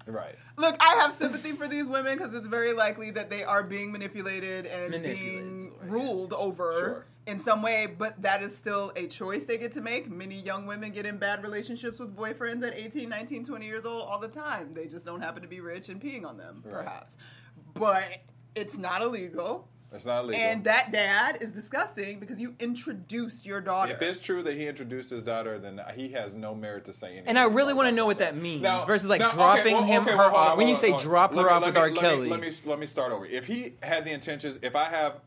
[SPEAKER 1] Right.
[SPEAKER 5] Look, I have sympathy for these women because it's very likely that they are being manipulated and being
[SPEAKER 4] Manipulated,
[SPEAKER 5] ruled over
[SPEAKER 1] Sure.
[SPEAKER 5] in some way, but that is still a choice they get to make. Many young women get in bad relationships with boyfriends at 18, 19, 20 years old all the time. They just don't happen to be rich and peeing on them,
[SPEAKER 1] Right.
[SPEAKER 5] perhaps. But it's not illegal.
[SPEAKER 1] That's not legal.
[SPEAKER 5] And that dad is disgusting because you introduced your daughter.
[SPEAKER 1] If it's true that he introduced his daughter, then he has no merit to say anything.
[SPEAKER 4] And I really
[SPEAKER 1] about
[SPEAKER 4] wanna
[SPEAKER 1] that,
[SPEAKER 4] know what
[SPEAKER 1] so.
[SPEAKER 4] that means,
[SPEAKER 1] Now-
[SPEAKER 4] versus, like,
[SPEAKER 1] now, okay,
[SPEAKER 4] dropping
[SPEAKER 1] well,
[SPEAKER 4] him
[SPEAKER 1] okay,
[SPEAKER 4] her
[SPEAKER 1] well, hold on,
[SPEAKER 4] off. When
[SPEAKER 1] hold
[SPEAKER 4] you
[SPEAKER 1] on,
[SPEAKER 4] say
[SPEAKER 1] hold on.
[SPEAKER 4] drop
[SPEAKER 1] Let
[SPEAKER 4] her
[SPEAKER 1] me-
[SPEAKER 4] off
[SPEAKER 1] let
[SPEAKER 4] with
[SPEAKER 1] me-
[SPEAKER 4] R.
[SPEAKER 1] let me-
[SPEAKER 4] Kelly.
[SPEAKER 1] Let me let me start over. If he had the intentions, if I have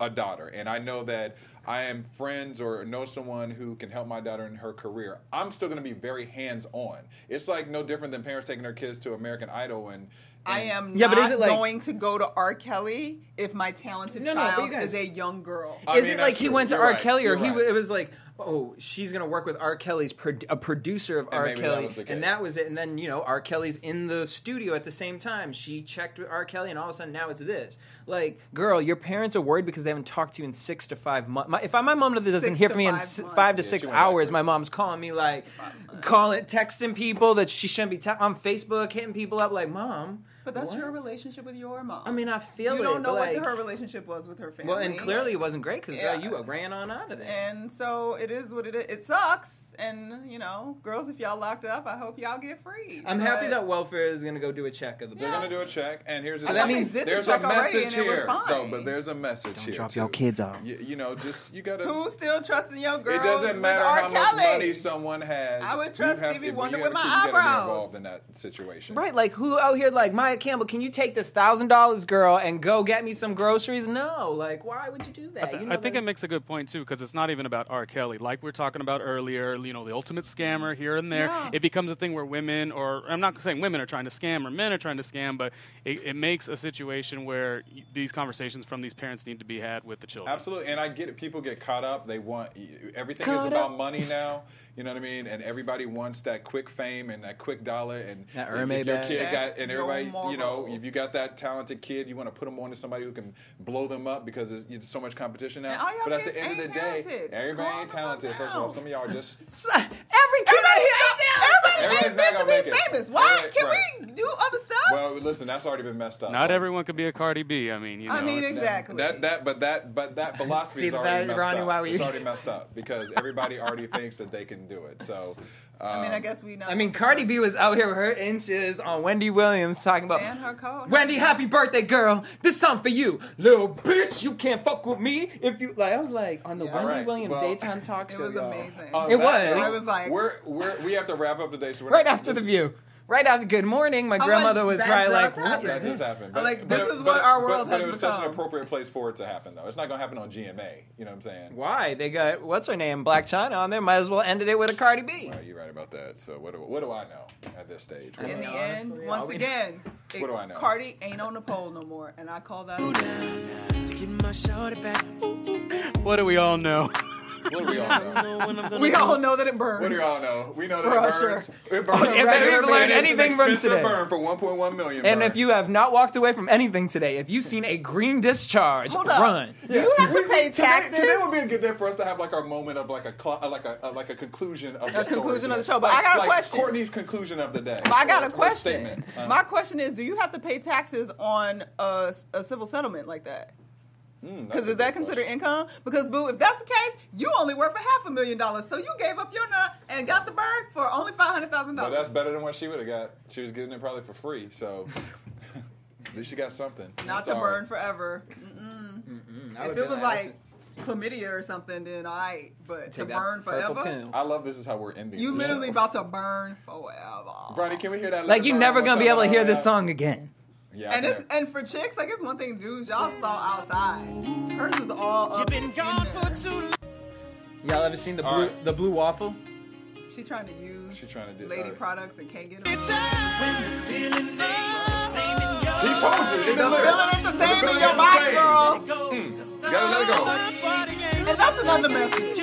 [SPEAKER 1] a daughter and I know that I am friends or know someone who can help my daughter in her career. I'm still going to be very hands on. It's like no different than parents taking their kids to American Idol and.
[SPEAKER 5] I
[SPEAKER 1] and-
[SPEAKER 5] am
[SPEAKER 4] Yeah,
[SPEAKER 5] not
[SPEAKER 4] but is it like-
[SPEAKER 5] going to go to R. Kelly if my talented
[SPEAKER 4] No, no, but
[SPEAKER 5] child
[SPEAKER 4] you guys-
[SPEAKER 5] is a young girl.
[SPEAKER 1] I
[SPEAKER 4] Is
[SPEAKER 1] mean,
[SPEAKER 4] it like
[SPEAKER 1] that's
[SPEAKER 4] he
[SPEAKER 1] true.
[SPEAKER 4] went to
[SPEAKER 1] You're
[SPEAKER 4] R.
[SPEAKER 1] right.
[SPEAKER 4] Kelly, or
[SPEAKER 1] You're
[SPEAKER 4] he
[SPEAKER 1] right.
[SPEAKER 4] w- it was like, oh, she's gonna work with R. Kelly's prod- a producer of R.
[SPEAKER 1] maybe that
[SPEAKER 4] Kelly,
[SPEAKER 1] was the
[SPEAKER 4] and
[SPEAKER 1] case.
[SPEAKER 4] that was it. And then you know R. Kelly's in the studio at the same time. She checked with R. Kelly, and all of a sudden now it's this. Like, girl, your parents are worried because they haven't talked to you in six to five months. My, if I, my mom doesn't
[SPEAKER 5] Six
[SPEAKER 4] hear
[SPEAKER 5] to
[SPEAKER 4] from me in
[SPEAKER 5] five
[SPEAKER 4] s-
[SPEAKER 5] months.
[SPEAKER 4] five to
[SPEAKER 1] Yeah,
[SPEAKER 4] six
[SPEAKER 1] she went
[SPEAKER 4] hours, my
[SPEAKER 1] backwards.
[SPEAKER 4] mom's calling me like, calling, texting people that she shouldn't be te- on Facebook, hitting people up like, mom.
[SPEAKER 5] But that's her
[SPEAKER 4] what?"
[SPEAKER 5] relationship with your mom.
[SPEAKER 4] I mean, I feel
[SPEAKER 5] you
[SPEAKER 4] it,
[SPEAKER 5] don't know
[SPEAKER 4] but,
[SPEAKER 5] what
[SPEAKER 4] like-
[SPEAKER 5] her relationship was with her family.
[SPEAKER 4] Well, and clearly it wasn't great because
[SPEAKER 5] Yeah.
[SPEAKER 4] you uh, ran on out of there.
[SPEAKER 5] And so it is what it is. It sucks. And, you know, girls, if y'all locked up, I hope y'all get free.
[SPEAKER 4] I'm happy
[SPEAKER 5] But-
[SPEAKER 4] that welfare is going to go do a check of the bill.
[SPEAKER 1] They're gonna do a check, and here's
[SPEAKER 4] So
[SPEAKER 1] the
[SPEAKER 4] that
[SPEAKER 1] thing.
[SPEAKER 4] means did
[SPEAKER 5] the
[SPEAKER 1] there's
[SPEAKER 5] check
[SPEAKER 1] a
[SPEAKER 5] already,
[SPEAKER 1] message
[SPEAKER 5] and it was
[SPEAKER 1] here.
[SPEAKER 5] fine.
[SPEAKER 1] No, but there's a message here. too.
[SPEAKER 4] out.
[SPEAKER 1] You, you know, just you gotta.
[SPEAKER 5] Who's still trusting your girls?
[SPEAKER 1] it doesn't matter
[SPEAKER 5] with R.
[SPEAKER 1] how
[SPEAKER 5] Kelly?
[SPEAKER 1] much money someone has.
[SPEAKER 5] I would trust
[SPEAKER 1] you have
[SPEAKER 5] Stevie
[SPEAKER 1] to- you
[SPEAKER 5] Wonder
[SPEAKER 1] gotta
[SPEAKER 5] with my
[SPEAKER 1] keep- you gotta be
[SPEAKER 5] eyebrows.
[SPEAKER 1] involved in that situation,
[SPEAKER 4] Right, like who out here like Maya Campbell? Can you take this thousand dollars, girl, and go get me some groceries? No, like why would you do that?
[SPEAKER 6] I, th-
[SPEAKER 4] you know
[SPEAKER 6] I think
[SPEAKER 4] that-
[SPEAKER 6] it makes a good point too because it's not even about R. Kelly, like we are talking about earlier. You know, the ultimate scammer here and there.
[SPEAKER 5] Yeah.
[SPEAKER 6] It becomes a thing where women, or I'm not saying women are trying to scam or men are trying to scam, but it, it makes a situation where y- these conversations from these parents need to be had with the children.
[SPEAKER 1] Absolutely, and I get it. People get caught up. They want everything is
[SPEAKER 4] Caught
[SPEAKER 1] about
[SPEAKER 4] up.
[SPEAKER 1] money
[SPEAKER 4] <laughs>
[SPEAKER 1] now. You know what I mean? And everybody wants that quick fame and that quick dollar. And if
[SPEAKER 4] That Hermes
[SPEAKER 1] your
[SPEAKER 4] bag.
[SPEAKER 1] kid got, and
[SPEAKER 5] Check
[SPEAKER 1] everybody,
[SPEAKER 5] your
[SPEAKER 1] you know,
[SPEAKER 5] morals.
[SPEAKER 1] if you got that talented kid, you want to put them onto somebody who can blow them up because there's, there's so much competition
[SPEAKER 5] And
[SPEAKER 1] now.
[SPEAKER 5] all y'all
[SPEAKER 1] But at
[SPEAKER 5] kids
[SPEAKER 1] the end of
[SPEAKER 5] ain't
[SPEAKER 1] the day,
[SPEAKER 5] talented.
[SPEAKER 1] everybody
[SPEAKER 5] Calm
[SPEAKER 1] ain't
[SPEAKER 5] the fuck
[SPEAKER 1] talented. First of all,
[SPEAKER 5] down.
[SPEAKER 1] some of y'all are
[SPEAKER 5] <laughs>
[SPEAKER 1] just
[SPEAKER 4] every kid I
[SPEAKER 5] Everybody
[SPEAKER 1] Everybody's not
[SPEAKER 5] ain't meant
[SPEAKER 1] gonna
[SPEAKER 5] to be
[SPEAKER 1] make it.
[SPEAKER 5] famous. Why?
[SPEAKER 1] Right,
[SPEAKER 5] Can
[SPEAKER 1] right.
[SPEAKER 5] we do other stuff?
[SPEAKER 1] well. Listen, that's already been messed up.
[SPEAKER 6] Not
[SPEAKER 1] So-
[SPEAKER 6] everyone could be a Cardi B. I mean, you know,
[SPEAKER 5] I mean,
[SPEAKER 6] it's-
[SPEAKER 5] exactly.
[SPEAKER 1] That that but that but
[SPEAKER 4] <laughs>
[SPEAKER 1] that philosophy
[SPEAKER 4] See,
[SPEAKER 1] is already
[SPEAKER 4] that-
[SPEAKER 1] messed
[SPEAKER 4] Ronnie,
[SPEAKER 1] up.
[SPEAKER 4] why we-
[SPEAKER 1] It's already messed up because everybody already thinks that they can do it. So um,
[SPEAKER 5] I mean, I guess we know.
[SPEAKER 4] I mean, Cardi B was out here with her inches on Wendy Williams talking about
[SPEAKER 5] And her code.
[SPEAKER 4] Wendy, happy birthday, girl. This song for you, little bitch. You can't fuck with me if you like. I was like on the Wendy
[SPEAKER 1] Alright,
[SPEAKER 4] Williams
[SPEAKER 1] well- <laughs>
[SPEAKER 4] daytime talk
[SPEAKER 5] It
[SPEAKER 4] show.
[SPEAKER 5] was
[SPEAKER 4] y'all.
[SPEAKER 5] amazing.
[SPEAKER 1] on
[SPEAKER 4] It
[SPEAKER 1] that
[SPEAKER 4] was.
[SPEAKER 1] note,
[SPEAKER 5] I was like-
[SPEAKER 1] we're, we're we have to wrap up today. So we're
[SPEAKER 4] Right
[SPEAKER 1] not-
[SPEAKER 4] after the
[SPEAKER 1] this-
[SPEAKER 4] view. Right after Good Morning, my grandmother was
[SPEAKER 5] that
[SPEAKER 4] probably like,
[SPEAKER 5] just
[SPEAKER 4] "What
[SPEAKER 5] happened.
[SPEAKER 4] is
[SPEAKER 1] That
[SPEAKER 4] this?"
[SPEAKER 1] just happened.
[SPEAKER 5] I'm like, this is
[SPEAKER 1] it-
[SPEAKER 5] what our
[SPEAKER 1] but-
[SPEAKER 5] world
[SPEAKER 1] but
[SPEAKER 5] has
[SPEAKER 1] it was such an
[SPEAKER 5] become.
[SPEAKER 1] appropriate place for it to happen, though. It's not going to happen on GMA. You know what I'm saying?
[SPEAKER 4] Why they got what's her name, Black China on there? Might as well ended it with a Cardi B.
[SPEAKER 1] Right, you're right Oh, about that. So what do, what do I know at this stage? What do
[SPEAKER 5] In
[SPEAKER 1] I
[SPEAKER 5] the
[SPEAKER 1] know?
[SPEAKER 5] end,
[SPEAKER 4] honestly,
[SPEAKER 5] once
[SPEAKER 4] all
[SPEAKER 1] <laughs>
[SPEAKER 4] we-
[SPEAKER 5] again, it,
[SPEAKER 1] What do I know?
[SPEAKER 5] Cardi ain't on the pole no more, and I call that. <laughs>
[SPEAKER 3] To get my shorty back. Ooh, ooh, ooh.
[SPEAKER 6] What do we all know?
[SPEAKER 1] What do we all know?
[SPEAKER 3] Know when I'm gonna
[SPEAKER 5] We
[SPEAKER 3] go.
[SPEAKER 5] all know that it burns.
[SPEAKER 1] What do y'all know? We know that
[SPEAKER 5] For
[SPEAKER 1] it
[SPEAKER 5] Usher.
[SPEAKER 1] burns. It burns.
[SPEAKER 4] if anyone learned
[SPEAKER 1] It's an
[SPEAKER 4] anything from
[SPEAKER 1] expensive
[SPEAKER 4] today.
[SPEAKER 1] burn for 1.1 million.
[SPEAKER 4] And
[SPEAKER 1] burn.
[SPEAKER 4] if you have not walked away from anything today, if you've seen a green discharge, run.
[SPEAKER 5] Do you have to pay
[SPEAKER 1] today,
[SPEAKER 5] taxes?
[SPEAKER 1] Today would be a good day for us to have like our moment of like a cl- uh, like a, uh, like a conclusion of the
[SPEAKER 5] A conclusion
[SPEAKER 1] story
[SPEAKER 5] of the
[SPEAKER 1] today.
[SPEAKER 5] show, but I
[SPEAKER 1] Like-
[SPEAKER 5] got a
[SPEAKER 1] like
[SPEAKER 5] question.
[SPEAKER 1] Courtney's conclusion of the day.
[SPEAKER 5] I got
[SPEAKER 1] Or-
[SPEAKER 5] a
[SPEAKER 1] or
[SPEAKER 5] question.
[SPEAKER 1] statement. Uh,
[SPEAKER 5] My question is, do you have to pay taxes on a, a civil settlement like that?
[SPEAKER 1] Hmm,
[SPEAKER 5] Because is that considered income? Because boo, if that's the case, you only work for half a million dollars, so you gave up your nut and got the bird for only five hundred thousand
[SPEAKER 1] But that's
[SPEAKER 5] dollars.
[SPEAKER 1] better than what she would have got. She was getting it probably for free, so <laughs> at least she got something. I'm
[SPEAKER 5] Not to
[SPEAKER 1] sorry.
[SPEAKER 5] burn forever. If it was like chlamydia or something, then I. but to burn forever,
[SPEAKER 1] I love this is how we're ending.
[SPEAKER 5] you
[SPEAKER 1] the
[SPEAKER 5] literally
[SPEAKER 1] show. <laughs>
[SPEAKER 5] about to burn forever.
[SPEAKER 1] Ronnie, can we hear that?
[SPEAKER 4] like
[SPEAKER 1] little
[SPEAKER 4] you're
[SPEAKER 1] burn
[SPEAKER 4] never
[SPEAKER 1] one
[SPEAKER 4] gonna be
[SPEAKER 1] time?
[SPEAKER 4] able to hear
[SPEAKER 1] Oh,
[SPEAKER 4] this
[SPEAKER 1] yeah.
[SPEAKER 4] song again.
[SPEAKER 1] Yeah, I
[SPEAKER 5] And it's
[SPEAKER 1] can.
[SPEAKER 5] and for chicks, like it's one thing, dudes. Y'all saw outside. Hers is all
[SPEAKER 3] You've
[SPEAKER 5] up.
[SPEAKER 3] been
[SPEAKER 5] in
[SPEAKER 3] gone
[SPEAKER 5] there.
[SPEAKER 3] for too long.
[SPEAKER 4] Y'all ever seen the
[SPEAKER 1] All
[SPEAKER 4] blue
[SPEAKER 1] right.
[SPEAKER 4] the blue waffle?
[SPEAKER 5] She trying to use
[SPEAKER 1] She trying to do-
[SPEAKER 5] lady
[SPEAKER 1] alright.
[SPEAKER 5] products and can't get
[SPEAKER 3] It's
[SPEAKER 5] them.
[SPEAKER 3] time. When the feeling ain't the same in your
[SPEAKER 1] he told you. in
[SPEAKER 5] The
[SPEAKER 1] lyrics.
[SPEAKER 5] feeling ain't the same
[SPEAKER 1] feeling
[SPEAKER 5] in
[SPEAKER 1] ain't
[SPEAKER 5] your
[SPEAKER 1] the
[SPEAKER 5] body,
[SPEAKER 1] same.
[SPEAKER 5] girl.
[SPEAKER 1] Hmm. Gotta
[SPEAKER 5] And that's another message.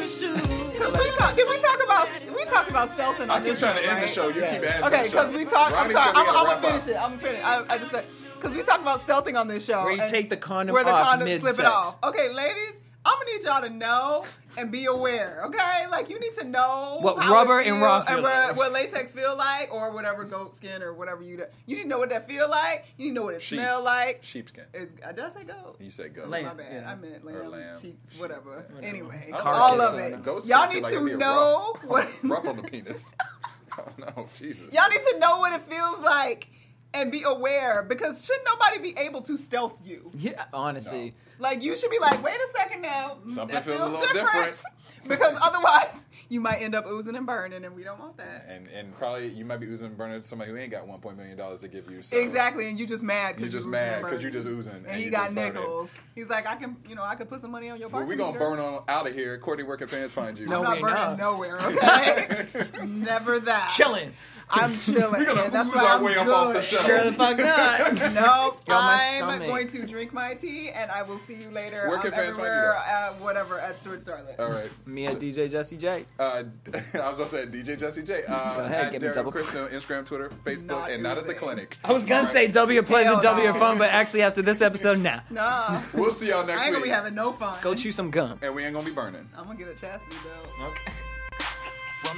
[SPEAKER 5] Cause we talk, did we talk about we talked about stealth and
[SPEAKER 1] I keep trying to end the show. You keep adding.
[SPEAKER 5] Okay,
[SPEAKER 1] to the show.
[SPEAKER 5] because we talked. I'm
[SPEAKER 1] Ronnie
[SPEAKER 5] sorry.
[SPEAKER 1] said we
[SPEAKER 5] I'm,
[SPEAKER 1] gotta
[SPEAKER 5] I'm
[SPEAKER 1] wrap
[SPEAKER 5] gonna finish
[SPEAKER 1] up.
[SPEAKER 5] it. I'm gonna finish. I, I just said because we talked about stealthing on this show.
[SPEAKER 4] Where you
[SPEAKER 5] and-
[SPEAKER 4] take the condom
[SPEAKER 5] where the
[SPEAKER 4] off
[SPEAKER 5] condom slip
[SPEAKER 4] mid-sex.
[SPEAKER 5] it off. Okay, ladies. I'm gonna need y'all to know and be aware, okay? Like you need to know
[SPEAKER 4] What
[SPEAKER 5] how it
[SPEAKER 4] rubber and
[SPEAKER 5] feel-
[SPEAKER 4] raw feel
[SPEAKER 5] what-
[SPEAKER 4] like.
[SPEAKER 5] what latex feel like, or whatever goat skin or whatever you. do. You need to know what that feel like. You need to know what it
[SPEAKER 1] Sheep.
[SPEAKER 5] smell like.
[SPEAKER 1] Sheepskin.
[SPEAKER 5] It's, uh, did I say goat?
[SPEAKER 1] You said go.
[SPEAKER 4] Lamb.
[SPEAKER 5] My bad.
[SPEAKER 4] Yeah.
[SPEAKER 5] I meant
[SPEAKER 1] Or
[SPEAKER 5] lamb,
[SPEAKER 1] lamb.
[SPEAKER 5] cheeks, whatever. Anyway,
[SPEAKER 1] I don't
[SPEAKER 5] all
[SPEAKER 1] know.
[SPEAKER 5] of
[SPEAKER 4] Carcass.
[SPEAKER 5] it.
[SPEAKER 1] Ghost
[SPEAKER 5] Y'all
[SPEAKER 1] skin
[SPEAKER 5] need
[SPEAKER 1] like it'd be
[SPEAKER 5] to
[SPEAKER 1] rough. <laughs>
[SPEAKER 5] know what. <laughs>
[SPEAKER 1] rough on the penis. <laughs> oh no, Jesus.
[SPEAKER 5] Y'all need to know what it feels like and be aware because should nobody be able to stealth you?
[SPEAKER 4] Yeah, honestly.
[SPEAKER 5] Like you should be like, wait a second now, mm,
[SPEAKER 1] Something
[SPEAKER 5] that
[SPEAKER 1] feels a little different.
[SPEAKER 5] <laughs> because otherwise you might end up oozing and burning, and we don't want that.
[SPEAKER 1] And and probably you might be oozing and burning to somebody who ain't got one point million dollars to give you. So
[SPEAKER 5] Exactly, and you just mad
[SPEAKER 1] You're
[SPEAKER 5] because
[SPEAKER 1] just
[SPEAKER 5] oozing
[SPEAKER 1] mad
[SPEAKER 5] and
[SPEAKER 1] because you
[SPEAKER 5] burning.
[SPEAKER 1] just oozing. And,
[SPEAKER 5] and, he
[SPEAKER 1] you
[SPEAKER 5] got
[SPEAKER 1] just burning.
[SPEAKER 5] nickels. He's like, I can, you know, I could put some money on your
[SPEAKER 1] Well,
[SPEAKER 5] parking
[SPEAKER 1] we gonna
[SPEAKER 5] meter.
[SPEAKER 1] burn on out of here. Courtney, where can fans find you?
[SPEAKER 4] No,
[SPEAKER 5] I'm
[SPEAKER 4] Oh,
[SPEAKER 5] not
[SPEAKER 4] wait,
[SPEAKER 5] burning
[SPEAKER 4] no.
[SPEAKER 5] nowhere. Okay,
[SPEAKER 1] <laughs>
[SPEAKER 5] <laughs> never that.
[SPEAKER 4] Chilling.
[SPEAKER 5] I'm chilling.
[SPEAKER 1] We're gonna
[SPEAKER 5] That's
[SPEAKER 1] ooze
[SPEAKER 5] why
[SPEAKER 1] our
[SPEAKER 5] I'm
[SPEAKER 1] way up
[SPEAKER 5] good.
[SPEAKER 1] off the show.
[SPEAKER 4] Sure the fuck not. <laughs>
[SPEAKER 5] No,
[SPEAKER 4] Got my
[SPEAKER 5] I'm
[SPEAKER 4] stomach.
[SPEAKER 5] going to drink my tea, and I will see you later.
[SPEAKER 1] Where
[SPEAKER 5] I'm
[SPEAKER 1] can fans find you
[SPEAKER 5] everywhere,
[SPEAKER 1] at?
[SPEAKER 5] uh, whatever at Stuart Starlet.
[SPEAKER 1] All right.
[SPEAKER 4] Me and DJ Jesse J.
[SPEAKER 1] Uh, <laughs> I was gonna say DJ Jesse J. Uh,
[SPEAKER 4] Go ahead,
[SPEAKER 1] at
[SPEAKER 4] give me
[SPEAKER 1] Derek
[SPEAKER 4] double-
[SPEAKER 1] Chris on Instagram, Twitter, Facebook,
[SPEAKER 5] Not
[SPEAKER 1] and not at the
[SPEAKER 5] oozing.
[SPEAKER 1] clinic.
[SPEAKER 4] I was gonna
[SPEAKER 1] All right.
[SPEAKER 4] say W a pleasure,
[SPEAKER 5] Hell
[SPEAKER 4] W a
[SPEAKER 5] no.
[SPEAKER 4] fun, but actually after this episode, nah.
[SPEAKER 1] <laughs>
[SPEAKER 5] Nah,
[SPEAKER 1] We'll see y'all next
[SPEAKER 5] I ain't gonna
[SPEAKER 1] week.
[SPEAKER 5] be having no fun.
[SPEAKER 4] Go chew some gum.
[SPEAKER 1] and we ain't gonna be burning.
[SPEAKER 5] I'm gonna get a chastity belt.
[SPEAKER 4] Okay.
[SPEAKER 2] From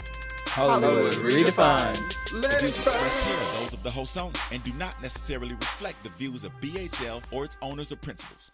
[SPEAKER 4] Oh, Hollywood redefined.
[SPEAKER 2] The views expressed here are those of the host only and do not necessarily reflect the views of BHL or its owners or principals.